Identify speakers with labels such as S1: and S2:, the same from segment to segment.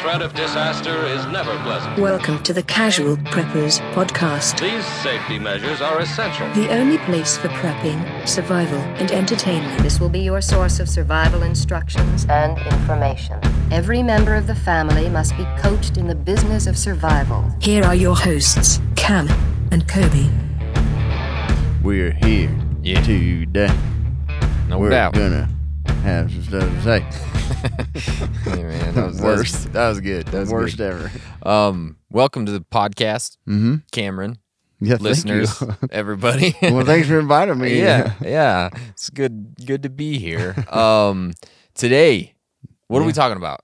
S1: threat of disaster is never pleasant.
S2: Welcome to the Casual Preppers Podcast,
S1: These safety measures are essential.
S2: the only place for prepping, survival, and entertainment.
S3: This will be your source of survival instructions and information. Every member of the family must be coached in the business of survival.
S2: Here are your hosts, Cam and Kobe.
S4: We're here
S5: Yeah.
S4: today.
S5: No
S4: We're
S5: doubt.
S4: gonna have some stuff to say.
S5: Hey, man, that was, that was-
S4: Worst.
S5: That was good. That was
S4: Worst
S5: good.
S4: ever.
S5: Um, welcome to the podcast,
S4: Mm-hmm.
S5: Cameron,
S4: Yeah, thank you.
S5: listeners, everybody.
S4: well, thanks for inviting me.
S5: yeah, yeah. It's good. Good to be here. Um, today, what are we talking about?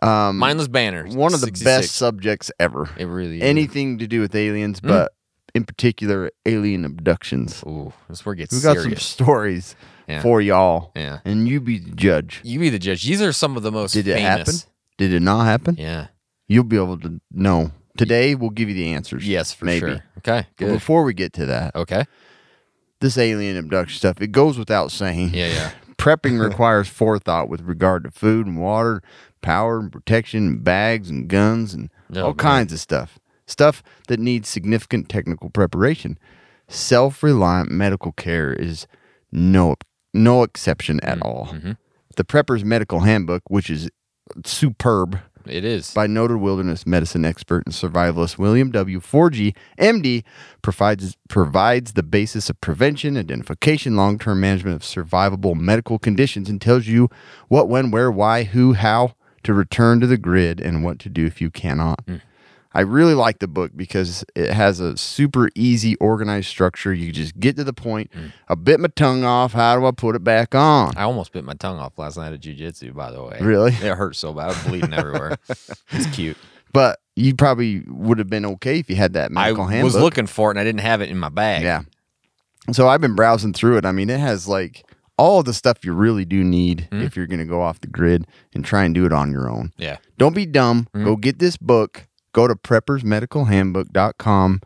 S4: Um,
S5: Mindless banners.
S4: one of the
S5: 66.
S4: best subjects ever.
S5: It really. Is. Hmm?
S4: Anything to do with aliens, but in particular, alien abductions.
S5: Ooh, this where it gets
S4: We got some
S5: serious.
S4: stories
S5: Yeah.
S4: for y'all,
S5: Yeah.
S4: and you be the judge.
S5: You be the judge. These are some of the most.
S4: Did it happen?
S5: famous.
S4: Did it not happen?
S5: Yeah.
S4: You'll be able to know. Today, we'll give you the answers.
S5: Yes, for
S4: maybe.
S5: sure. Okay.
S4: But
S5: Good.
S4: before we get to that,
S5: Okay.
S4: this alien abduction stuff, it goes without saying.
S5: Yeah, yeah.
S4: Prepping requires forethought with regard to food and water, power and protection, and bags and guns and
S5: Oh,
S4: all
S5: man.
S4: kinds of stuff. Stuff that needs significant technical preparation. Self reliant medical care is no no exception
S5: Mm-hmm.
S4: at all. The Prepper's Medical Handbook, which is superb,
S5: It is.
S4: by noted wilderness medicine expert and survivalist William W. Forgy, MD, provides provides the basis of prevention, identification, long-term management of survivable medical conditions, and tells you what, when, where, why, who, how to return to the grid and what to do if you cannot.
S5: Hmm.
S4: I really like the book because it has a super easy, organized structure. You just get to the point. I bit my tongue off. How do I put it back on?
S5: Hmm. I almost bit my tongue off last night at jujitsu. By the way.
S4: Really?
S5: It hurt so bad. I was bleeding everywhere. It's cute.
S4: But you probably would have been okay if you had that
S5: I
S4: medical handbook.
S5: was looking for it and I didn't have it in my bag.
S4: Yeah. So I've been browsing through it. I mean, it has like all the stuff you really do need
S5: Hmm?
S4: if you're going to go off the grid and try and do it on your own.
S5: Yeah.
S4: Don't be dumb.
S5: Hmm?
S4: Go get this book. Go to preppersmedicalhandbook.com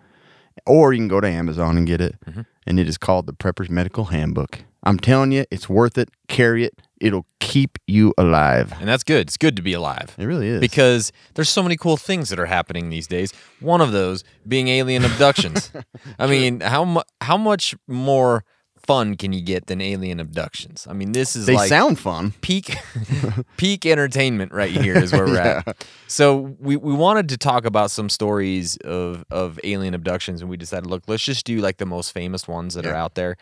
S4: or you can go to Amazon and get it.
S5: Mm-hmm.
S4: And it is called the Preppers Medical Handbook. I'm telling you, it's worth it. Carry it. It'll keep you alive.
S5: And that's good. It's good to be alive.
S4: It really is.
S5: Because there's so many cool things that are happening these days. One of those being alien abductions. I mean, how mu- how much more fun can you get than alien abductions? I mean, this is
S4: they
S5: like
S4: sound fun.
S5: peak peak entertainment right here is where we're at. So we, we wanted to talk about some stories of of alien abductions and we decided look, let's just do like the most famous ones that are out there.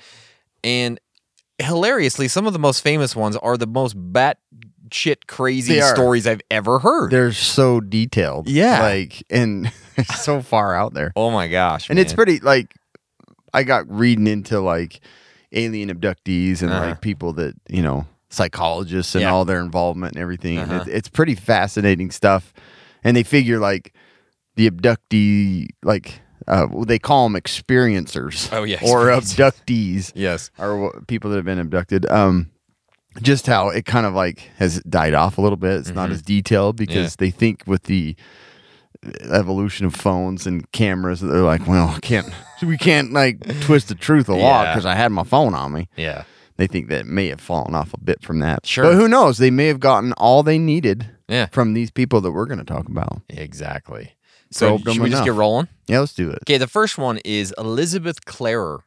S5: And hilariously, some of the most famous ones are the most bat shit crazy
S4: They are.
S5: stories I've ever heard.
S4: They're so detailed.
S5: Yeah.
S4: Like, and so far out there.
S5: oh my gosh.
S4: and it's
S5: man.
S4: pretty like I got reading into like alien abductees and like people that you know psychologists and
S5: Uh-huh. Yeah. Uh-huh.
S4: all their involvement and everything. And it- it's pretty fascinating stuff, and they figure like the abductee like uh, well, they call them experiencers.
S5: Oh, yeah,
S4: or
S5: experiencers.
S4: abductees
S5: Yes.
S4: or wh- people that have been abducted. Um, just how it kind of like has died off a little bit. It's
S5: Mm-hmm.
S4: not as detailed because they think with the uh, evolution of phones and cameras that they're like, well, I can't we can't like twist the truth a lot
S5: Yeah.
S4: because I had my phone on me.
S5: Yeah.
S4: They think that it may have fallen off a bit from that.
S5: Sure.
S4: but who knows? They may have gotten all they needed
S5: Yeah.
S4: from these people that we're going to talk about.
S5: Exactly. So
S4: Probed
S5: should we
S4: them
S5: just
S4: enough.
S5: get rolling?
S4: Yeah, let's do it.
S5: Okay, the first one is Elizabeth Clarer.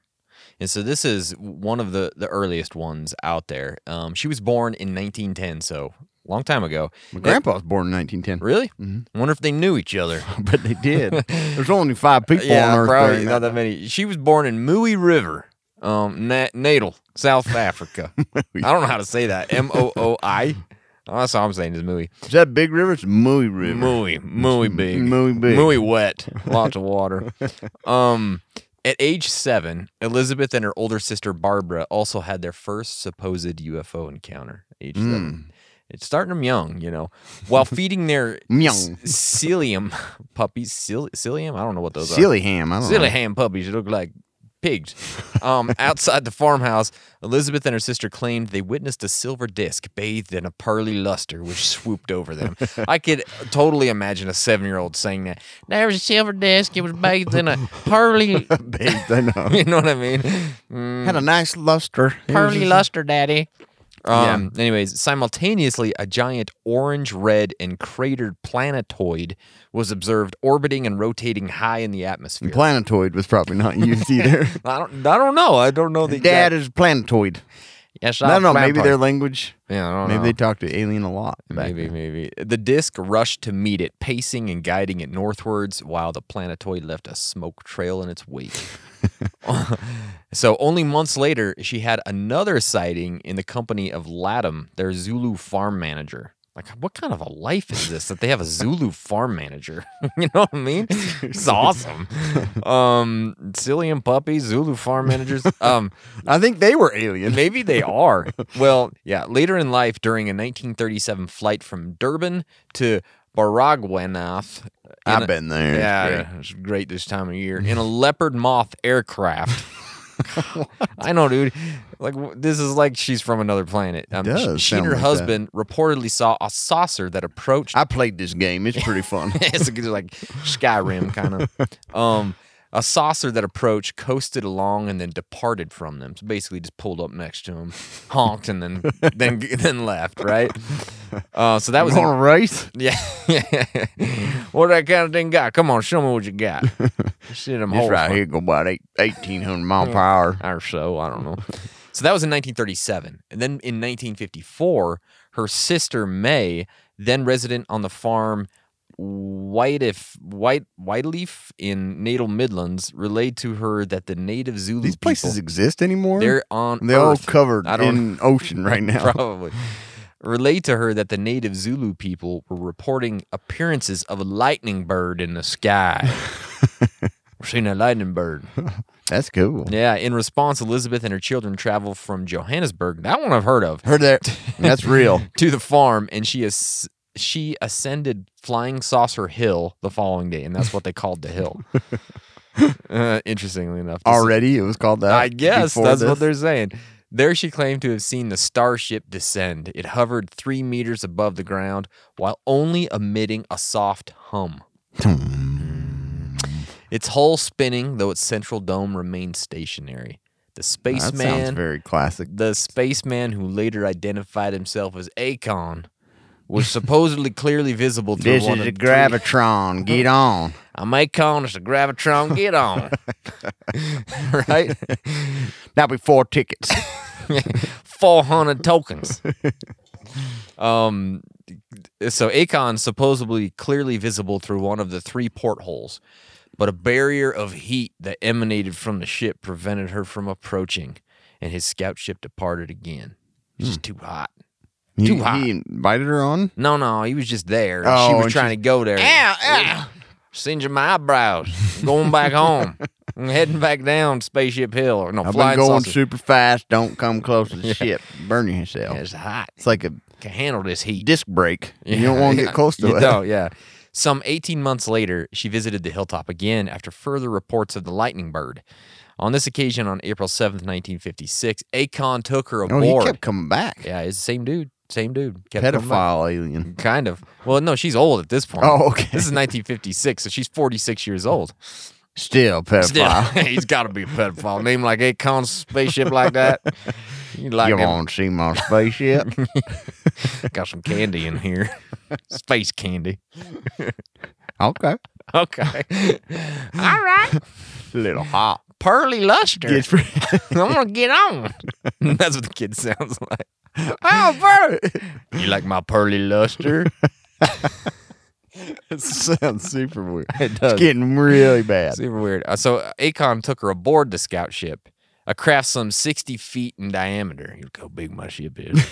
S5: And so this is one of the, the earliest ones out there. Um, she was born in 1910, so long time ago.
S4: My mm-hmm. grandpa was born in 1910,
S5: Really? I wonder if they knew each other.
S4: but they did. There's only five people on Earth.
S5: probably
S4: during
S5: not that many. She was born in Mui River, um, Na- Natal, South Africa. I don't know how to say that. M O O I. Oh, That's all I'm saying is Mui.
S4: Is that Big River? It's Mooey River.
S5: Muy, muy big.
S4: Muy big.
S5: Muy wet. Lots of water. um, at age seven, Elizabeth and her older sister Barbara also had their first supposed UFO encounter. Age
S4: Hmm.
S5: seven. It's starting them young, you know. While feeding their
S4: Young.
S5: s- psyllium puppies, Cil- psyllium, I don't know what those are.
S4: Silly ham. I don't
S5: Silly
S4: know.
S5: ham puppies look like pigs. Um, outside the farmhouse, Elizabeth and her sister claimed they witnessed a silver disc bathed in a pearly luster which swooped over them. I could totally imagine a seven year old saying that. There was a silver disc, it was bathed in a pearly.
S4: Baked, I know.
S5: you know what I mean? Mm,
S4: Had a nice luster. It was
S5: pearly
S4: just-
S5: luster, daddy. Yeah. Um, Anyways, simultaneously, a giant orange, red, and cratered planetoid was observed orbiting and rotating high in the atmosphere.
S4: Planetoid was probably not used either.
S5: I don't. I don't know. I don't know the
S4: Dad
S5: exact-
S4: is planetoid.
S5: Yes,
S4: I don't know.
S5: I'll
S4: Maybe
S5: grandpa.
S4: their language.
S5: Yeah, I don't
S4: Maybe
S5: know.
S4: they talked to alien a lot. back
S5: Maybe,
S4: then.
S5: maybe. The disc rushed to meet it, pacing and guiding it northwards, while the planetoid left a smoke trail in its wake. so, only months later, she had another sighting in the company of Latham, their Zulu farm manager. Like, what kind of a life is this that they have a Zulu farm manager? you know what I mean? It's awesome. Um, silly and puppy, Zulu farm managers. Um,
S4: I think they were alien.
S5: Maybe they are. well, yeah. Later in life, during a 1937 flight from Durban to Baragwanath, in
S4: I've
S5: a-
S4: been there. It's
S5: Yeah,
S4: great.
S5: it's great this time of year. In a leopard moth aircraft. I know, dude. Like w- this is like she's from another planet. Um, sh-
S4: does
S5: she
S4: sound
S5: and her
S4: like that.
S5: husband reportedly saw a saucer that approached
S4: I played this game. It's pretty fun.
S5: it's like- it's like Skyrim kind of. Um, a saucer that approached, coasted along, and then departed from them. So basically, just pulled up next to them, honked, and then then then left. Right. Uh, so that was
S4: on a race.
S5: yeah. what that kind of thing got? Come on, show me what you got. Shit, I'm
S4: This
S5: holding
S4: right here go about eight, 1800 mile per hour.
S5: or so. I don't know. So that was in 1937. And then in 1954, her sister May, then resident on the farm Whiteif, White Whiteleaf in Natal Midlands, relayed to her that the native Zulu
S4: These places
S5: people,
S4: exist anymore?
S5: they're on
S4: They're all
S5: Earth.
S4: covered
S5: I don't
S4: in ocean right now.
S5: probably relayed to her that the native Zulu people were reporting appearances of a lightning bird in the sky. We're seeing a lightning bird.
S4: That's cool.
S5: Yeah, in response, Elizabeth and her children travel from Johannesburg, that one I've heard of,
S4: Heard that. That's real.
S5: to the farm, and she is she ascended Flying Saucer Hill the following day, and that's what they called the hill. Uh, interestingly enough, this-
S4: Already, it was called that.
S5: I guess
S4: Uh, before
S5: that's what
S4: this?
S5: they're saying. There, she claimed to have seen the starship descend. It hovered three meters above the ground while only emitting a soft hum.
S4: Hmm.
S5: its hull spinning, though its central dome remained stationary. The
S4: That sounds
S5: spaceman,
S4: very classic.
S5: the spaceman who later identified himself as Akon, was supposedly clearly visible through
S4: This
S5: one
S4: is
S5: of
S4: a
S5: the three-
S4: gravitron. Get on.
S5: I'm Akon. It's a gravitron. Get on, right?
S4: Now be four tickets.
S5: 400 tokens. um, so Akon supposedly clearly visible through one of the three portholes, but a barrier of heat that emanated from the ship prevented her from approaching, and his scout ship departed again. It's just
S4: Hmm.
S5: too hot.
S4: He,
S5: Too hot.
S4: he invited her on.
S5: No, no, he was just there. and
S4: Oh,
S5: she was
S4: and
S5: trying to go there. Yeah, yeah. Singeing my eyebrows. Going back home. I'm heading back down Spaceship Hill. Or no,
S4: I've been
S5: flying
S4: going
S5: saucer.
S4: super fast. Don't come close to the ship. Burn yourself.
S5: Yeah, It's hot.
S4: It's like a
S5: Can handle this heat.
S4: disc brake. You don't want to get close to
S5: you
S4: it.
S5: don't, yeah. Some 18 months later, she visited the hilltop again after further reports of the lightning bird. On this occasion, on April 7th, 1956, Akon took her
S4: Oh,
S5: aboard.
S4: he kept coming back.
S5: yeah, it's the same dude. Same dude. Kept coming back.
S4: Pedophile alien.
S5: Kind of. Well, no, she's old at this point.
S4: Oh, okay.
S5: This is 1956, so she's 46 years old.
S4: Still
S5: Still,
S4: pedophile.
S5: he's got to be a pedophile. Name like Akon's spaceship like that. You like
S4: you
S5: him.
S4: want to see my spaceship?
S5: Got some candy in here. Space candy.
S4: okay.
S5: Okay. All right.
S4: Little hot.
S5: Pearly luster.
S4: It's pretty-
S5: I'm gonna get on. That's what the kid sounds like. Oh, pearly. You like my pearly luster?
S4: it sounds super weird.
S5: It
S4: It's
S5: does.
S4: getting really bad.
S5: Super weird. Uh, so uh, Akon took her aboard the scout ship, a craft some 60 feet in diameter. You look how big my ship is.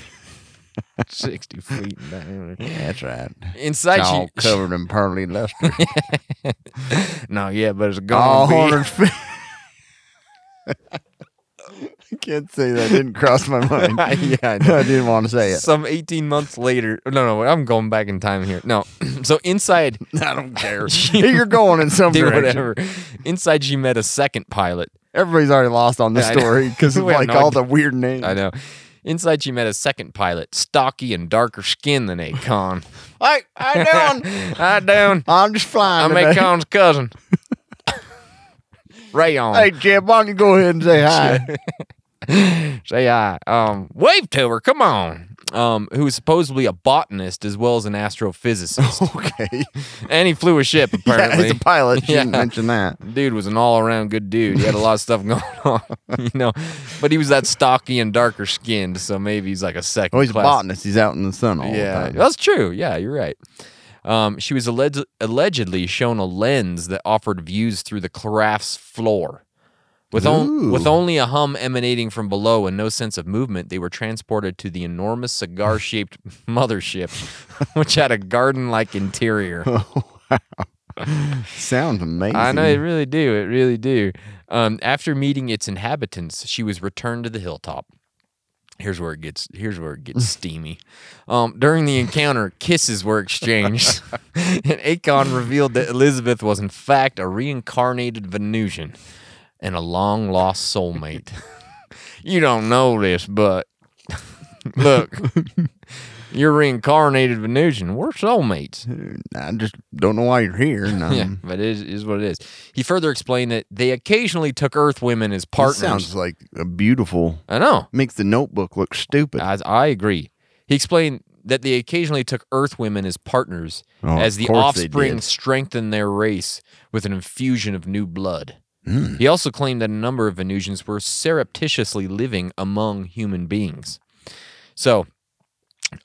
S5: 60 feet in diameter.
S4: That's right.
S5: Inside
S4: It's
S5: she,
S4: all covered in pearly luster.
S5: No, yeah, but it's
S4: all
S5: gone.
S4: hundred feet. I can't say that. didn't cross my mind.
S5: Yeah, I know.
S4: I didn't want to say it.
S5: Some 18 months later. No, no, I'm going back in time here. No. so inside
S4: I don't care. You're going in some
S5: do
S4: direction.
S5: whatever. Inside, she met a second pilot.
S4: Everybody's already lost on this
S5: Yeah, I know.
S4: story because of
S5: We have
S4: like
S5: no
S4: all
S5: idea.
S4: the weird names.
S5: I know. Inside, she met a second pilot, stocky and darker skinned than Akon.
S4: Hey, how you doing?
S5: Hi, down.
S4: I'm just flying.
S5: I'm
S4: today.
S5: Akon's cousin. Rayon.
S4: Hey, Jeb, why don't you go ahead and say hi?
S5: So yeah, um, wave to her. Come on. Um, who is supposedly a botanist as well as an astrophysicist,
S4: Okay.
S5: and he flew a ship
S4: yeah,
S5: apparently.
S4: as a pilot, she didn't
S5: Yeah.
S4: mention that.
S5: Dude was an all around good dude. He had a lot of stuff going on, you know. But he was that stocky and darker skinned, so maybe he's like a second.
S4: Oh, he's
S5: class.
S4: a botanist. He's out in the sun all
S5: Yeah,
S4: the time.
S5: that's true. Yeah, you're right. Um, she was alleged, allegedly shown a lens that offered views through the craft's floor. With, on, with
S4: Ooh.
S5: only a hum emanating from below and no sense of movement, they were transported to the enormous cigar shaped mothership, which had a garden like interior.
S4: Sounds amazing.
S5: I know, it really do. It really do. Um, after meeting its inhabitants, she was returned to the hilltop. Here's where it gets. Here's where it gets steamy. Um, during the encounter, kisses were exchanged, and Akon revealed that Elizabeth was in fact a reincarnated Venusian and a long lost soulmate. you don't know this, but look, you're reincarnated Venusian. We're soulmates.
S4: I just don't know why you're here. and, um,
S5: Yeah, but it is, is what it is. He further explained that they occasionally took Earth women as
S4: this
S5: partners.
S4: sounds like a beautiful.
S5: I know.
S4: Makes the notebook look stupid.
S5: I, I agree. He explained that they occasionally took Earth women as partners
S4: Oh,
S5: as
S4: of
S5: the
S4: course they
S5: offspring
S4: did.
S5: strengthened their race with an infusion of new blood.
S4: Hmm.
S5: He also claimed that a number of Venusians were surreptitiously living among human beings. So,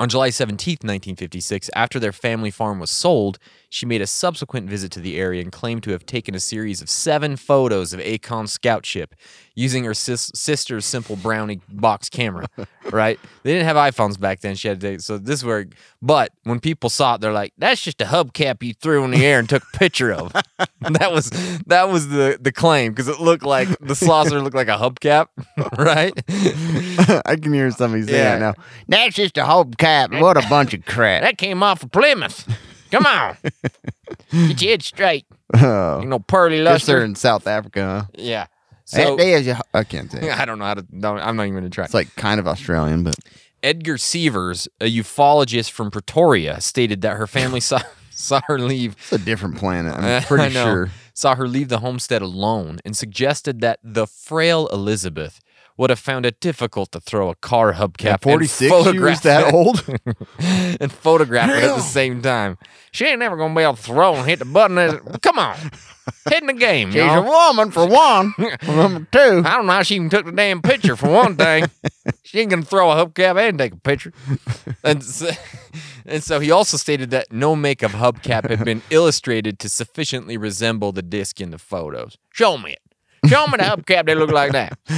S5: on July 17th, 1956, after their family farm was sold, she made a subsequent visit to the area and claimed to have taken a series of seven photos of Akon's scout ship using her sis- sister's simple brownie box camera, right? They didn't have iPhones back then. She had to, so this is where, but when people saw it, they're like, that's just a hubcap you threw in the air and took a picture of. that was, that was the, the claim because it looked like the saucer looked like a hubcap, right?
S4: I can hear somebody saying
S5: Yeah.
S4: that now. That's just a whole cap. What a bunch of crap.
S5: That came off of Plymouth. Come on. Get your head straight.
S4: Oh,
S5: You know, pearly
S4: guess they're
S5: luster.
S4: in South Africa. Huh?
S5: Yeah.
S4: So,
S5: So,
S4: that is a, I can't say. it.
S5: I don't know how to, don't, I'm not even going to try.
S4: It's like kind of Australian, but
S5: Edgar Severs, a ufologist from Pretoria, stated that her family saw, saw her leave.
S4: it's a different planet.
S5: I
S4: I'm pretty
S5: know,
S4: sure.
S5: Saw her leave the homestead alone and suggested that the frail Elizabeth would have found it difficult to throw a car hubcap
S4: At
S5: and
S4: 46, she was
S5: photograph it.
S4: that old.
S5: and photograph it at the same time. She ain't never gonna be able to throw and hit the button. as- Come on, hit in the game,
S4: She's a
S5: y'all.
S4: woman for one. Number two,
S5: I don't know how she even took the damn picture for one thing. she ain't gonna throw a hubcap and take a picture. And so, and so he also stated that no makeup hubcap had been illustrated to sufficiently resemble the disc in the photos. Show me it. Show me the hubcap that look like that.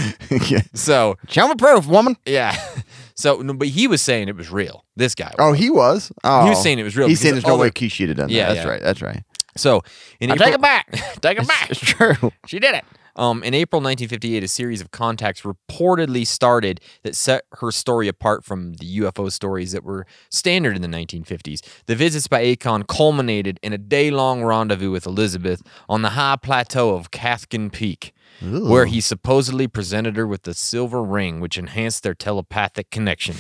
S4: yeah.
S5: So
S4: show me proof, woman.
S5: yeah. So no, but he was saying it was real. This guy.
S4: Oh, he was. Oh,
S5: was saying it was real
S4: He's
S5: because
S4: saying there's
S5: all
S4: no way
S5: the-
S4: Keisha would have done
S5: Yeah,
S4: that. That's
S5: yeah.
S4: right. That's right.
S5: So in
S4: I
S5: April,
S4: take it back.
S5: take it back.
S4: It's true.
S5: She did it. Um, in April 1958, a series of contacts reportedly started that set her story apart from the UFO stories that were standard in the 1950s. The visits by Akon culminated in a day long rendezvous with Elizabeth on the high plateau of Cathkin Peak, where he supposedly presented her with a silver ring which enhanced their telepathic connection.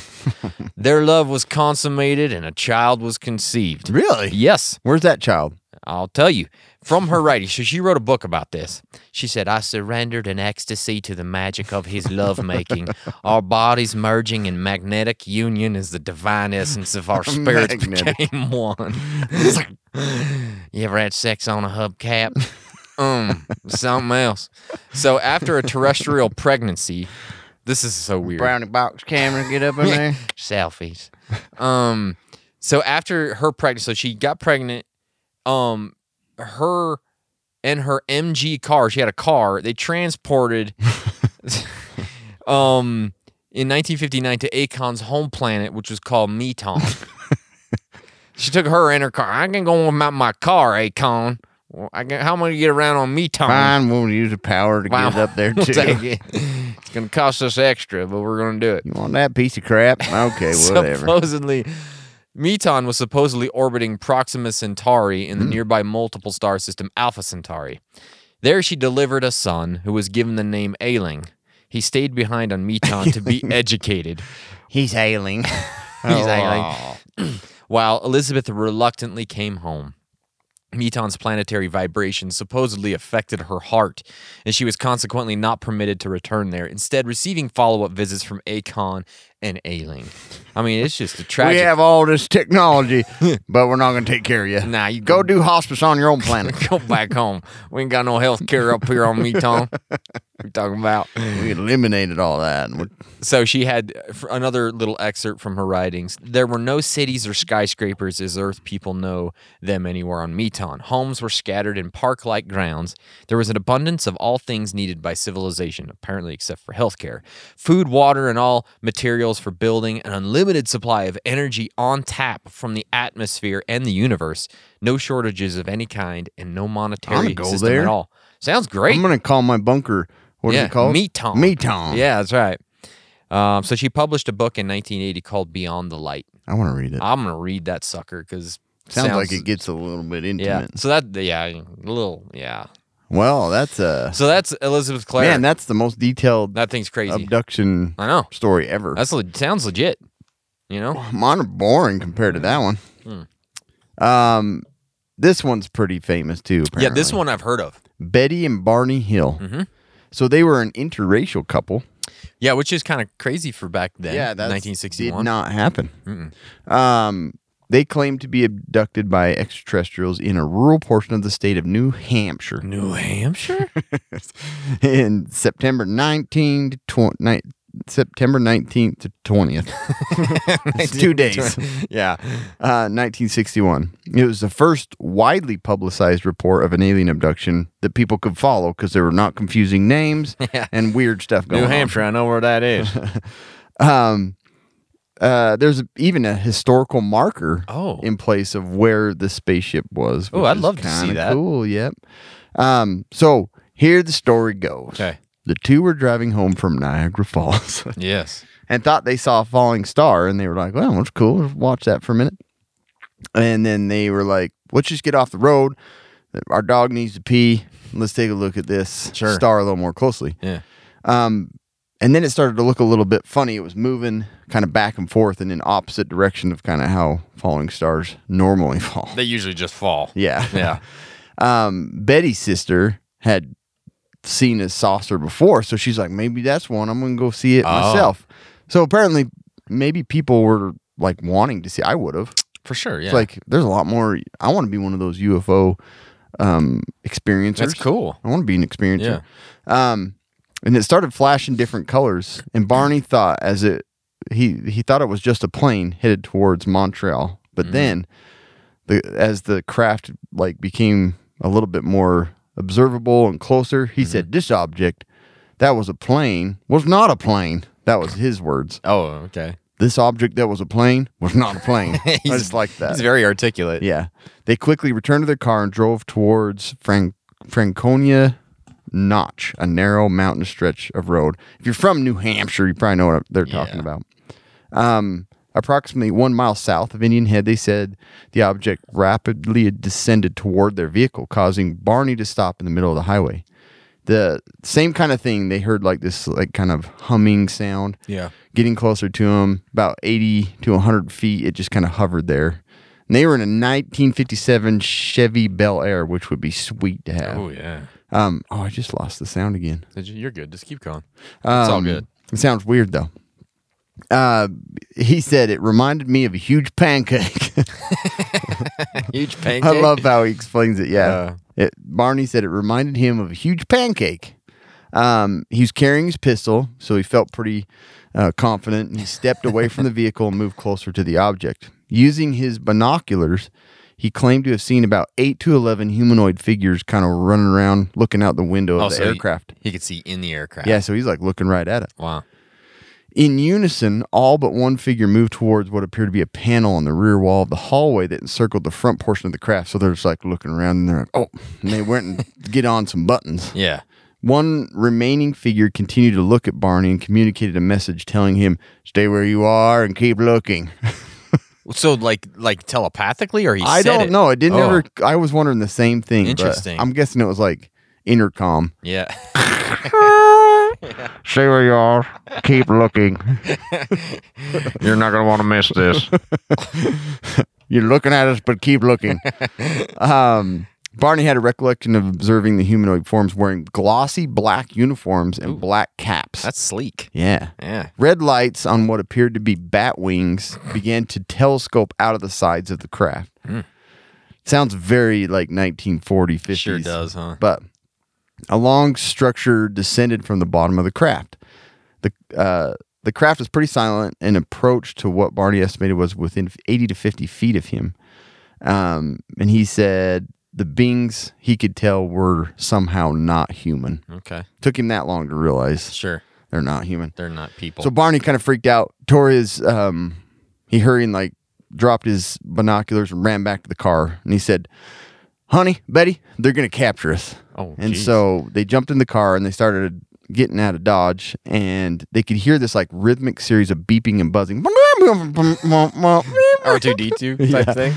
S5: their love was consummated and a child was conceived.
S4: Really?
S5: Yes.
S4: Where's that child?
S5: I'll tell you. From her writing, so she wrote a book about this. She said, I surrendered in ecstasy to the magic of his lovemaking, our bodies merging in magnetic union as the divine essence of our spirits
S4: Magnetic.
S5: became one. you ever had sex on a hubcap? um, something else. So after a terrestrial pregnancy, this is so weird
S4: box camera, get up in there.
S5: selfies. Um, so after her pregnant, so she got pregnant. Um, her and her MG car, she had a car. They transported, um, in 1959 to Akon's home planet, which was called Meton. she took her in her car. I can go without my car, Akon. Well, I can, how am I gonna get around on Meton?
S4: Fine, we'll use the power to
S5: Wow.
S4: get up there
S5: We'll
S4: too.
S5: take it. It's gonna cost us extra, but we're gonna do it.
S4: You want that piece of crap? Okay, whatever.
S5: Supposedly, Meton was supposedly orbiting Proxima Centauri
S4: Hmm.
S5: in the nearby multiple star system Alpha Centauri. There, she delivered a son who was given the name Ailing. He stayed behind on Meton to be educated,
S4: He's ailing. He's
S5: ailing. while Elizabeth reluctantly came home. Meton's planetary vibrations supposedly affected her heart, and she was consequently not permitted to return there, instead receiving follow-up visits from Akon and Ailing. I mean, it's just a tragic.
S4: We have all this technology, but we're not going to take care of you.
S5: Nah, you
S4: go do hospice on your own planet.
S5: Go back home. We ain't got no health care up here on Meton. We're talking about.
S4: we eliminated all that. And we're,
S5: So she had uh, f- another little excerpt from her writings. There were no cities or skyscrapers as Earth people know them anywhere on Meton. Homes were scattered in park like grounds. There was an abundance of all things needed by civilization, apparently, except for healthcare food, water, and all materials for building, an unlimited supply of energy on tap from the atmosphere and the universe, no shortages of any kind, and no monetary
S4: go
S5: system
S4: there.
S5: at all. Sounds great.
S4: I'm going to call my bunker. What
S5: yeah,
S4: is it called?
S5: Meton.
S4: Meton.
S5: Yeah, that's right. Um, so she published a book in 1980 called Beyond the Light.
S4: I want to read it.
S5: I'm gonna read that sucker because
S4: sounds, like it gets a little bit intimate.
S5: yeah. So that yeah, a little yeah.
S4: Well, that's a
S5: So that's Elizabeth Clare.
S4: man. That's the most detailed
S5: that thing's crazy.
S4: abduction
S5: I know.
S4: story ever.
S5: That's le- sounds legit. You know.
S4: Mine are boring compared to that one. Um, this one's pretty famous too. Apparently.
S5: Yeah, this one Mm-hmm. I've heard of.
S4: Betty and Barney Hill. So they were an interracial couple.
S5: Yeah, which is kind of crazy for back then.
S4: that's-
S5: 1961.
S4: did not happen. Um, they claimed to be abducted by extraterrestrials in a rural portion of the state of New Hampshire
S5: New Hampshire.
S4: in September 19 to 20, September 19th to 20th. it's two days.
S5: yeah.
S4: Uh, 1961. It was the first widely publicized report of an alien abduction that people could follow because they were not confusing names and weird stuff going
S5: New
S4: on.
S5: Hampshire. I know where that is.
S4: Uh, there's even a historical marker
S5: Oh.
S4: in place of where the spaceship was.
S5: Oh,
S4: which
S5: I'd
S4: is
S5: love to see
S4: kinda
S5: that.
S4: Cool. Yep. Um, so here the story goes.
S5: Okay.
S4: The two were driving home from Niagara Falls.
S5: yes.
S4: and thought they saw a falling star and they were like, well, that's cool. Let's watch that for a minute. And then they were like, let's just get off the road. Our dog needs to pee. Let's take a look at this
S5: Sure.
S4: star a little more closely. Um,
S5: Yeah.
S4: And then it started to look a little bit funny. It was moving kind of back and forth in an opposite direction of kind of how falling stars normally fall.
S5: They usually just fall.
S4: Yeah.
S5: Yeah.
S4: Um, Betty's sister had seen a saucer before, so she's like, maybe that's one. I'm gonna go see
S5: Oh.
S4: it myself. So apparently, maybe people were like wanting to see. I would have.
S5: For sure. Yeah.
S4: It's like there's a lot more. I want to be one of those UFO um, experiencers.
S5: That's cool.
S4: I want to be an experiencer. Um, and it started flashing different colors. And Barney thought as it he he thought it was just a plane headed towards Montreal. But
S5: Mm-hmm.
S4: then the as the craft like became a little bit more observable and closer, he
S5: Mm-hmm.
S4: said this object that was a plane was not a plane. That was his words.
S5: Oh, okay.
S4: This object that was a plane was not a plane. I just like that.
S5: He's very articulate.
S4: Yeah. They quickly returned to their car and drove towards Frank- Franconia Notch, a narrow mountain stretch of road. If you're from New Hampshire, you probably know what they're talking about. Um, approximately one mile south of Indian Head, they said the object rapidly descended toward their vehicle, causing Barney to stop in the middle of the highway. The same kind of thing. They heard like this, like kind of humming sound
S5: Yeah.
S4: getting closer to him, about 80 to 100 feet, it just kind of hovered there. And they were in a 1957 Chevy Bel Air, which would be sweet to have.
S5: Oh yeah.
S4: Um, oh, I just lost the sound again.
S5: You're good. Just keep going. it's all
S4: Um,
S5: good.
S4: It sounds weird though. Uh, he said it reminded me of a huge pancake.
S5: Huge pancake.
S4: I love how he explains it. Yeah.
S5: Uh.
S4: It- Barney said it reminded him of a huge pancake. Um, he was carrying his pistol, so he felt pretty uh, confident and he stepped away from the vehicle and moved closer to the object. Using his binoculars, he claimed to have seen about 8 to 11 humanoid figures kind of running around looking out the window of the
S5: he-
S4: aircraft.
S5: He, could see in the aircraft.
S4: Oh, yeah, so he's like looking right at it.
S5: Wow.
S4: In unison, all but one figure moved towards what appeared to be a panel on the rear wall of the hallway that encircled the front portion of the craft. So they're just like looking around and they're like, oh, and they went and get on some buttons.
S5: Yeah.
S4: One remaining figure continued to look at Barney and communicated a message telling him, stay where you are and keep looking.
S5: So like like telepathically, or he?
S4: I
S5: said
S4: don't
S5: it?
S4: know. It didn't
S5: Oh,
S4: ever, I was wondering the same thing. but
S5: Interesting.
S4: I'm guessing it was like intercom.
S5: Yeah.
S4: Stay where you are, keep looking.
S6: You're not going to want to miss this.
S4: You're looking at us, but keep looking. um, Barney had a recollection of observing the humanoid forms wearing glossy black uniforms and black caps.
S5: That's sleek.
S4: yeah.
S5: Yeah.
S4: Red lights on what appeared to be bat wings began to telescope out of the sides of the craft.
S5: Hmm.
S4: Sounds very like 1940, 50s.
S5: Sure does, huh?
S4: But a long structure descended from the bottom of the craft. The uh, the craft was pretty silent and approached to what Barney estimated was within 80 to 50 feet of him. Um, and he said the beings he could tell were somehow not human.
S5: Okay.
S4: Took him that long to realize
S5: Sure.
S4: they're not human.
S5: They're not people.
S4: So Barney kind of freaked out, tore his, um, he hurried and like dropped his binoculars and ran back to the car. And he said, Honey, Betty, they're going to capture us.
S5: Oh,
S4: and
S5: geez.
S4: so they jumped in the car and they started getting out of Dodge. And they could hear this like rhythmic series of beeping and buzzing.
S5: Oh, R2D2 type thing.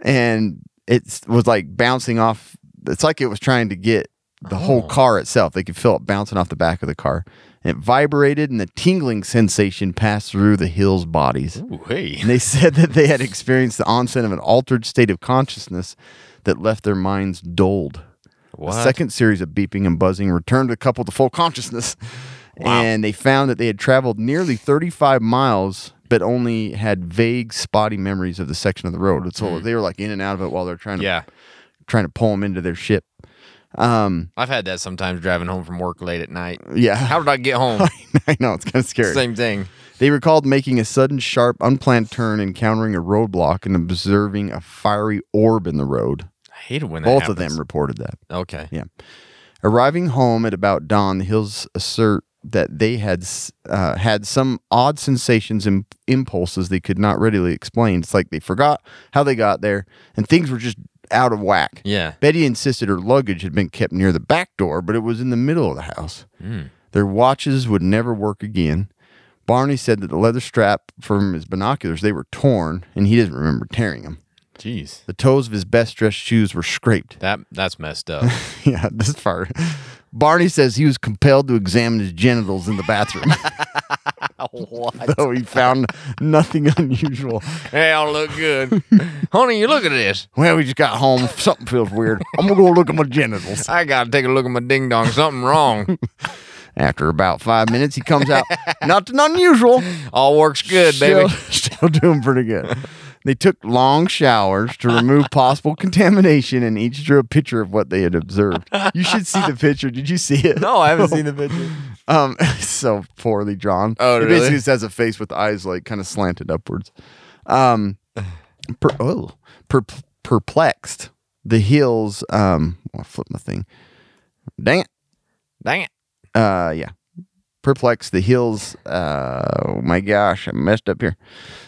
S4: and it was like bouncing off. It's like it was trying to get the whole car itself. They could feel it bouncing off the back of the car. And it vibrated, and the tingling sensation passed through the hills' bodies.
S5: Ooh, hey.
S4: And they said that they had experienced the onset of an altered state of consciousness that left their minds dulled.
S5: What?
S4: The second series of beeping and buzzing returned the couple to full consciousness. And they found that they had traveled nearly 35 miles, but only had vague, spotty memories of the section of the road. So they were like in and out of it while they're trying to
S5: Mm. Yeah.
S4: trying to pull them into their ship.
S5: I've had that sometimes driving home from work late at night.
S4: Yeah,
S5: How did I get home?
S4: I know it's kind of scary.
S5: Same thing.
S4: They recalled making a sudden, sharp, unplanned turn, encountering a roadblock, and observing a fiery orb in the road.
S5: I hated when that
S4: Both of
S5: happens.
S4: them reported that.
S5: Okay.
S4: Yeah. Arriving home at about dawn, the Hills assert that they had s- uh, had some odd sensations and impulses they could not readily explain. It's like they forgot how they got there, and things were just out of whack.
S5: Yeah.
S4: Betty insisted her luggage had been kept near the back door, but it was in the middle of the house.
S5: Hmm.
S4: Their watches would never work again. Barney said that the leather strap from his binoculars they were torn, and he doesn't remember tearing them.
S5: Jeez.
S4: The toes of his best dressed shoes were scraped
S5: That that's messed up.
S4: yeah, this far. Barney says he was compelled to examine his genitals in the bathroom, though he found nothing unusual.
S5: hey, I look good. Honey, you look at this.
S4: Well, we just got home. Something feels weird. I'm gonna go look at my genitals.
S5: I gotta take a look at my ding dong. Something wrong.
S4: After about five minutes, he comes out. Nothing unusual.
S5: All works good, baby.
S4: Still, still doing pretty good. They took long showers to remove possible contamination, and each drew a picture of what they had observed. You should see the picture. Did you see it?
S5: No, I haven't seen the picture.
S4: Um, it's so poorly drawn.
S5: Oh,
S4: it
S5: really?
S4: basically just has a face with eyes like kind of slanted upwards. Um, per, oh, per, perplexed. The hills. Um, well, I flipped my thing. Dang it.
S5: Dang it.
S4: Uh, yeah. Perplexed. The hills. Uh, oh my gosh, I messed up here.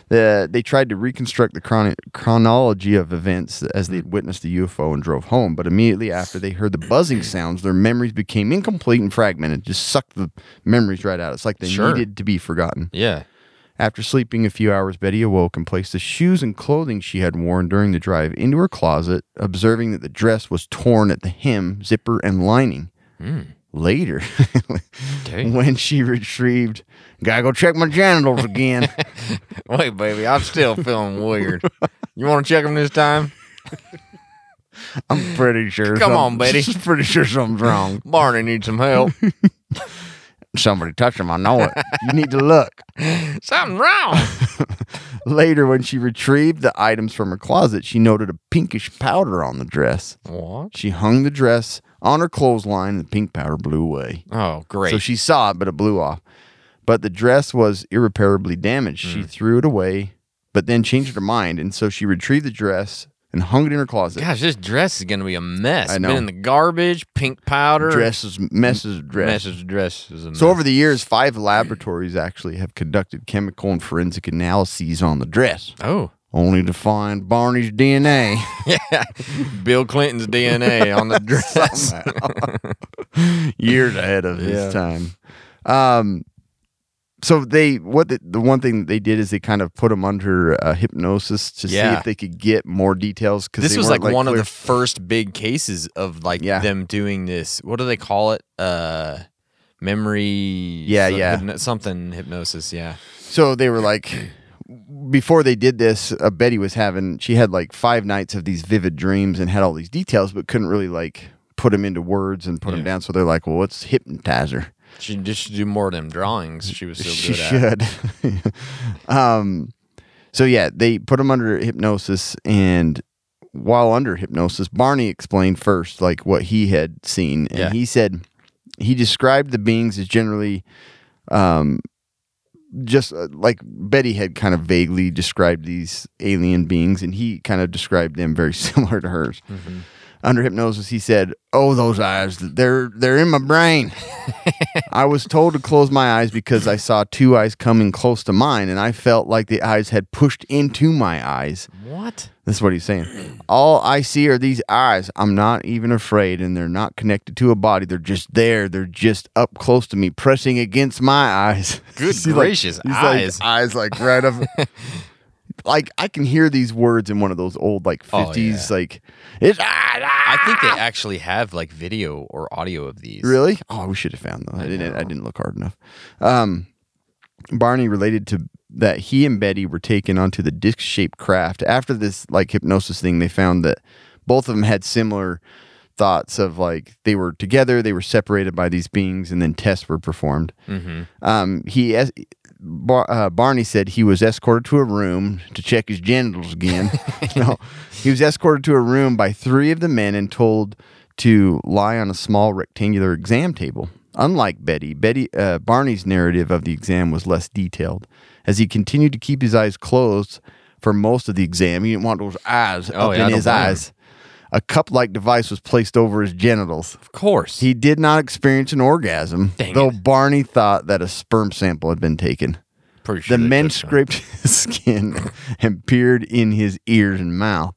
S4: The, they tried to reconstruct the chron- chronology of events as they had witnessed the UFO and drove home, but immediately after they heard the buzzing sounds, their memories became incomplete and fragmented. Just sucked the memories right out. It's like they
S5: Sure.
S4: needed to be forgotten.
S5: Yeah.
S4: After sleeping a few hours, Betty awoke and placed the shoes and clothing she had worn during the drive into her closet, observing that the dress was torn at the hem, zipper, and lining. Later,
S5: Okay.
S4: when she retrieved, gotta go check my genitals again.
S5: Wait, baby, I'm still feeling weird. You want to check them this time?
S4: I'm pretty sure.
S5: Come on,
S4: some-
S5: Betty.
S4: pretty sure something's wrong.
S5: Barney needs some help.
S4: Somebody touched him. I know it. You need to look.
S5: Something wrong.
S4: Later, when she retrieved the items from her closet, she noted a pinkish powder on the dress.
S5: What?
S4: She hung the dress on her clothesline, and the pink powder blew away.
S5: Oh, great.
S4: So she saw it, but it blew off. But the dress was irreparably damaged. She
S5: Mm.
S4: threw it away, but then changed her mind. And so she retrieved the dress and hung it in her closet.
S5: Gosh, this dress is gonna be a mess.
S4: I know.
S5: Been in the garbage, pink powder.
S4: Dresses, messes, dress.
S5: Messes, dress is a mess.
S4: So over the years, five laboratories actually have conducted chemical and forensic analyses on the dress,
S5: oh.
S4: only to find Barney's DNA.
S5: Bill Clinton's DNA on the dress.
S4: years ahead of his
S5: Yeah.
S4: time. Um, so they what the, the one thing that they did is they kind of put him under uh, hypnosis to see
S5: Yeah.
S4: if they could get more details because
S5: this was like, one of the first big cases of like
S4: Yeah.
S5: them doing this. What do they call it? Uh memory
S4: Yeah,
S5: some-
S4: yeah.
S5: hypno- something hypnosis, yeah.
S4: so they were like before they did this, uh, Betty was having she had like five nights of these vivid dreams and had all these details, but couldn't really like put them into words and put them down. So they're like, "Well, what's hypnotizer?"
S5: She just should do more of them drawings. She was so
S4: she
S5: good at.
S4: should. um, so yeah, they put him under hypnosis, and while under hypnosis, Barney explained first like what he had seen, and
S5: Yeah.
S4: he said he described the beings as generally, um, just uh, like Betty had kind of vaguely described these alien beings, and he kind of described them very similar to hers.
S5: Mm-hmm.
S4: Under hypnosis, he said, "Oh, those eyes! They're they're in my brain." I was told to close my eyes because I saw two eyes coming close to mine, and I felt like the eyes had pushed into my eyes.
S5: What?
S4: This is what he's saying. All I see are these eyes. I'm not even afraid, and they're not connected to a body. They're just there. They're just up close to me, pressing against my eyes.
S5: Good
S4: He's like-
S5: gracious,
S4: he's like,
S5: eyes.
S4: eyes like right up. like I can hear these words in one of those old like
S5: Oh, yeah.
S4: 50s like it's ah, eyes,
S5: I think they actually have like video or audio of these.
S4: Really? Oh, we should have found them. I, didn't. I didn't look hard enough. Um, Barney related to that he and Betty were taken onto the disc-shaped craft. After this, like hypnosis thing, they found that both of them had similar thoughts of like they were together, they were separated by these beings, and then tests were performed. Um, he es- Bar- uh, Barney said he was escorted to a room to check his genitals again. no, he was escorted to a room by three of the men and told to lie on a small rectangular exam table. Unlike Betty, Betty uh, Barney's narrative of the exam was less detailed, as he continued to keep his eyes closed for most of the exam. He didn't want those eyes up
S5: Oh, yeah, I
S4: in
S5: don't
S4: his
S5: blame him.
S4: eyes. A cup-like device was placed over his genitals.
S5: Of course.
S4: He did not experience an orgasm,
S5: Dang
S4: though
S5: it.
S4: Barney thought that a sperm sample had been taken.
S5: Pretty
S4: The
S5: sure they
S4: men
S5: took them.
S4: scraped his skin and peered in his ears and mouth.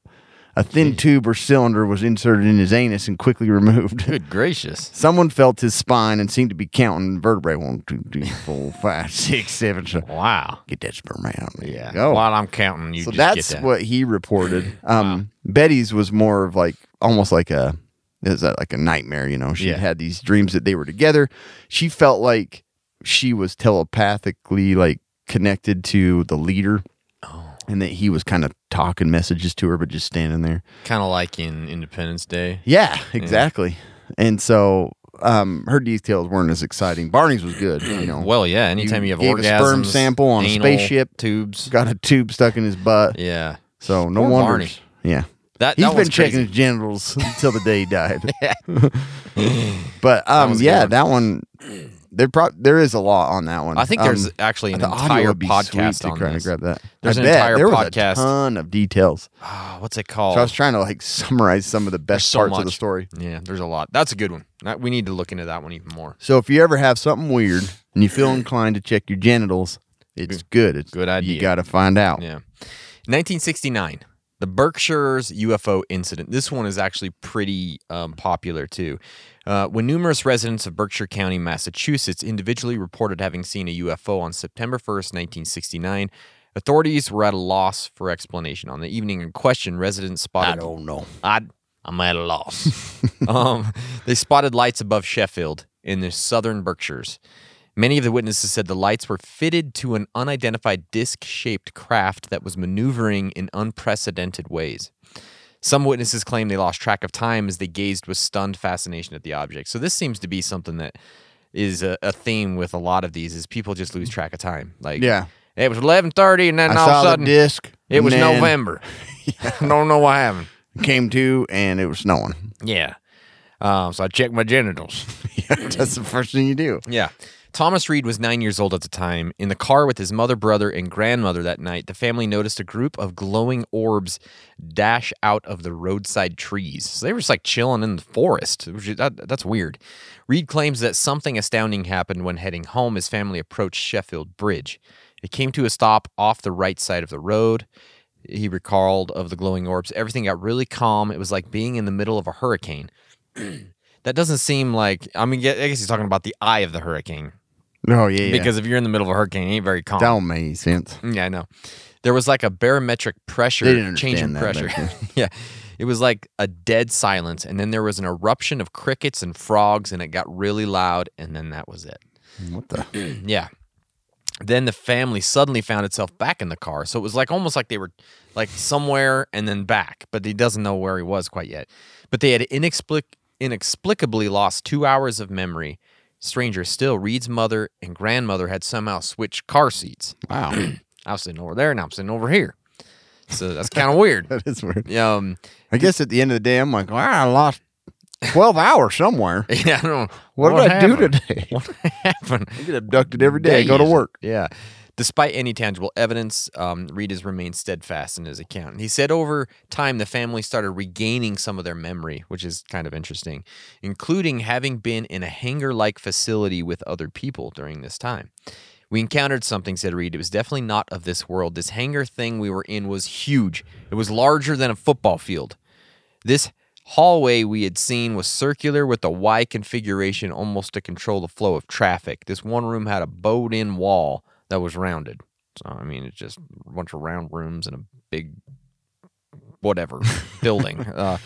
S4: A thin tube or cylinder was inserted in his anus and quickly removed.
S5: Good gracious.
S4: Someone felt his spine and seemed to be counting vertebrae one, two, three, four, five, six, seven. So
S5: Wow.
S4: get that sperm out. There you
S5: Yeah.
S4: go.
S5: While I'm counting, you
S4: so
S5: just
S4: that's
S5: get that.
S4: what he reported. Um, Betty's was more of like almost like a is that like a nightmare? You know, she
S5: Yeah.
S4: had these dreams that they were together. She felt like she was telepathically like connected to the leader,
S5: Oh.
S4: and that he was kind of talking messages to her, but just standing there.
S5: Kind of like in Independence Day.
S4: Yeah, exactly. And so um, her details weren't as exciting. Barney's was good. You know,
S5: Well, yeah. Anytime
S4: You
S5: you, have
S4: gave a
S5: orgasms,
S4: sperm sample on a
S5: anal
S4: spaceship.
S5: tubes.
S4: got a tube stuck in his butt.
S5: Yeah.
S4: So no
S5: Poor
S4: wonder.
S5: Barney.
S4: Yeah.
S5: That
S4: He's
S5: that
S4: been
S5: one's
S4: checking
S5: crazy.
S4: his genitals until the day he died. but um,
S5: was a
S4: yeah,
S5: good
S4: that one. There prob there is a lot on that one.
S5: I think there's
S4: Um,
S5: actually an
S4: the audio
S5: entire
S4: would be
S5: podcast
S4: sweet to
S5: on
S4: kinda
S5: this.
S4: Grab that.
S5: There's
S4: I
S5: an
S4: bet
S5: entire
S4: there
S5: podcast.
S4: Was a ton of details.
S5: Ah, what's it
S4: So
S5: called?
S4: I was trying to like summarize some of the
S5: There's
S4: best
S5: so
S4: parts
S5: much.
S4: of the story.
S5: Yeah, there's a lot. That's a good one. That- we need to look into that one even more.
S4: So if you ever have something weird and you feel inclined to check your genitals, it's good. It's
S5: Good idea.
S4: You got to find out.
S5: Yeah. 1969, the Berkshire's UFO incident. This one is actually pretty um, popular too. Uh, when numerous residents of Berkshire County, Massachusetts, individually reported having seen a UFO on September 1st, 1969, authorities were at a loss for explanation. On the evening in question, residents spotted.
S4: know.
S5: I, I'm at a loss. um, they spotted lights above Sheffield in the southern Berkshires. Many of the witnesses said the lights were fitted to an unidentified disc shaped craft that was maneuvering in unprecedented ways. Some witnesses claim they lost track of time as they gazed with stunned fascination at the object. So this seems to be something that is a, a theme with a lot of these is people just lose track of time. Like
S4: Yeah.
S5: it was eleven thirty and then
S4: I
S5: all
S4: saw
S5: of a sudden
S4: the disc.
S5: it was
S4: and then
S5: November. I don't know what happened.
S4: Came to and it was snowing.
S5: Yeah. Um, so I checked my genitals.
S4: That's the first thing you do.
S5: yeah. Thomas Reed was nine years old at the time. In the car with his mother, brother, and grandmother that night, the family noticed a group of glowing orbs dash out of the roadside trees. So they were just like chilling in the forest. It was ju- that- that's weird. Reed claims that something astounding happened when heading home. His family approached Sheffield Bridge. It came to a stop off the right side of the road he recalled of the glowing orbs. Everything got really calm. It was like being in the middle of a hurricane. that doesn't seem like. I mean, I guess he's talking about the eye of the hurricane
S4: Oh yeah. yeah.
S5: because if you're in the middle of a hurricane, it ain't very calm. Mm,
S4: That don't make sense.
S5: Yeah, I know. There was like a barometric pressure,
S4: They didn't
S5: change in
S4: understand that
S5: pressure.
S4: back
S5: yeah. It was like a dead silence. And then there was an eruption of crickets Mm-hmm. and frogs, and it got really loud. And then that was it.
S4: What the?
S5: Yeah. then the family suddenly found itself back in the car. So it was like almost like they were like somewhere and then back, but he doesn't know where he was quite yet. But they had inexplic- inexplicably lost two hours of memory. Stranger still, Reed's mother and grandmother had somehow switched car seats.
S4: Wow.
S5: I was sitting over there and I'm sitting over here. So that's kind of weird.
S4: that is weird.
S5: Um,
S4: I guess at the end of the day, I'm like, wow, I lost 12 hours somewhere.
S5: yeah, I don't know.
S4: What, did I do
S5: happened?
S4: today?
S5: What happened?
S4: I get abducted every day. I go to
S5: days.
S4: work.
S5: Yeah. Despite any tangible evidence, um, Reed has remained steadfast in his account. And he said over time, the family started regaining some of their memory, which is kind of interesting, including having been in a hangar like facility with other people during this time. We encountered something, said Reed. It was definitely not of this world. This hangar thing we were in was huge, it was larger than a football field. This hallway we had seen was circular with a Y configuration almost to control the flow of traffic. This one room had a bowed in wall that was rounded. So, I mean, it's just a bunch of round rooms and a big whatever building. Uh,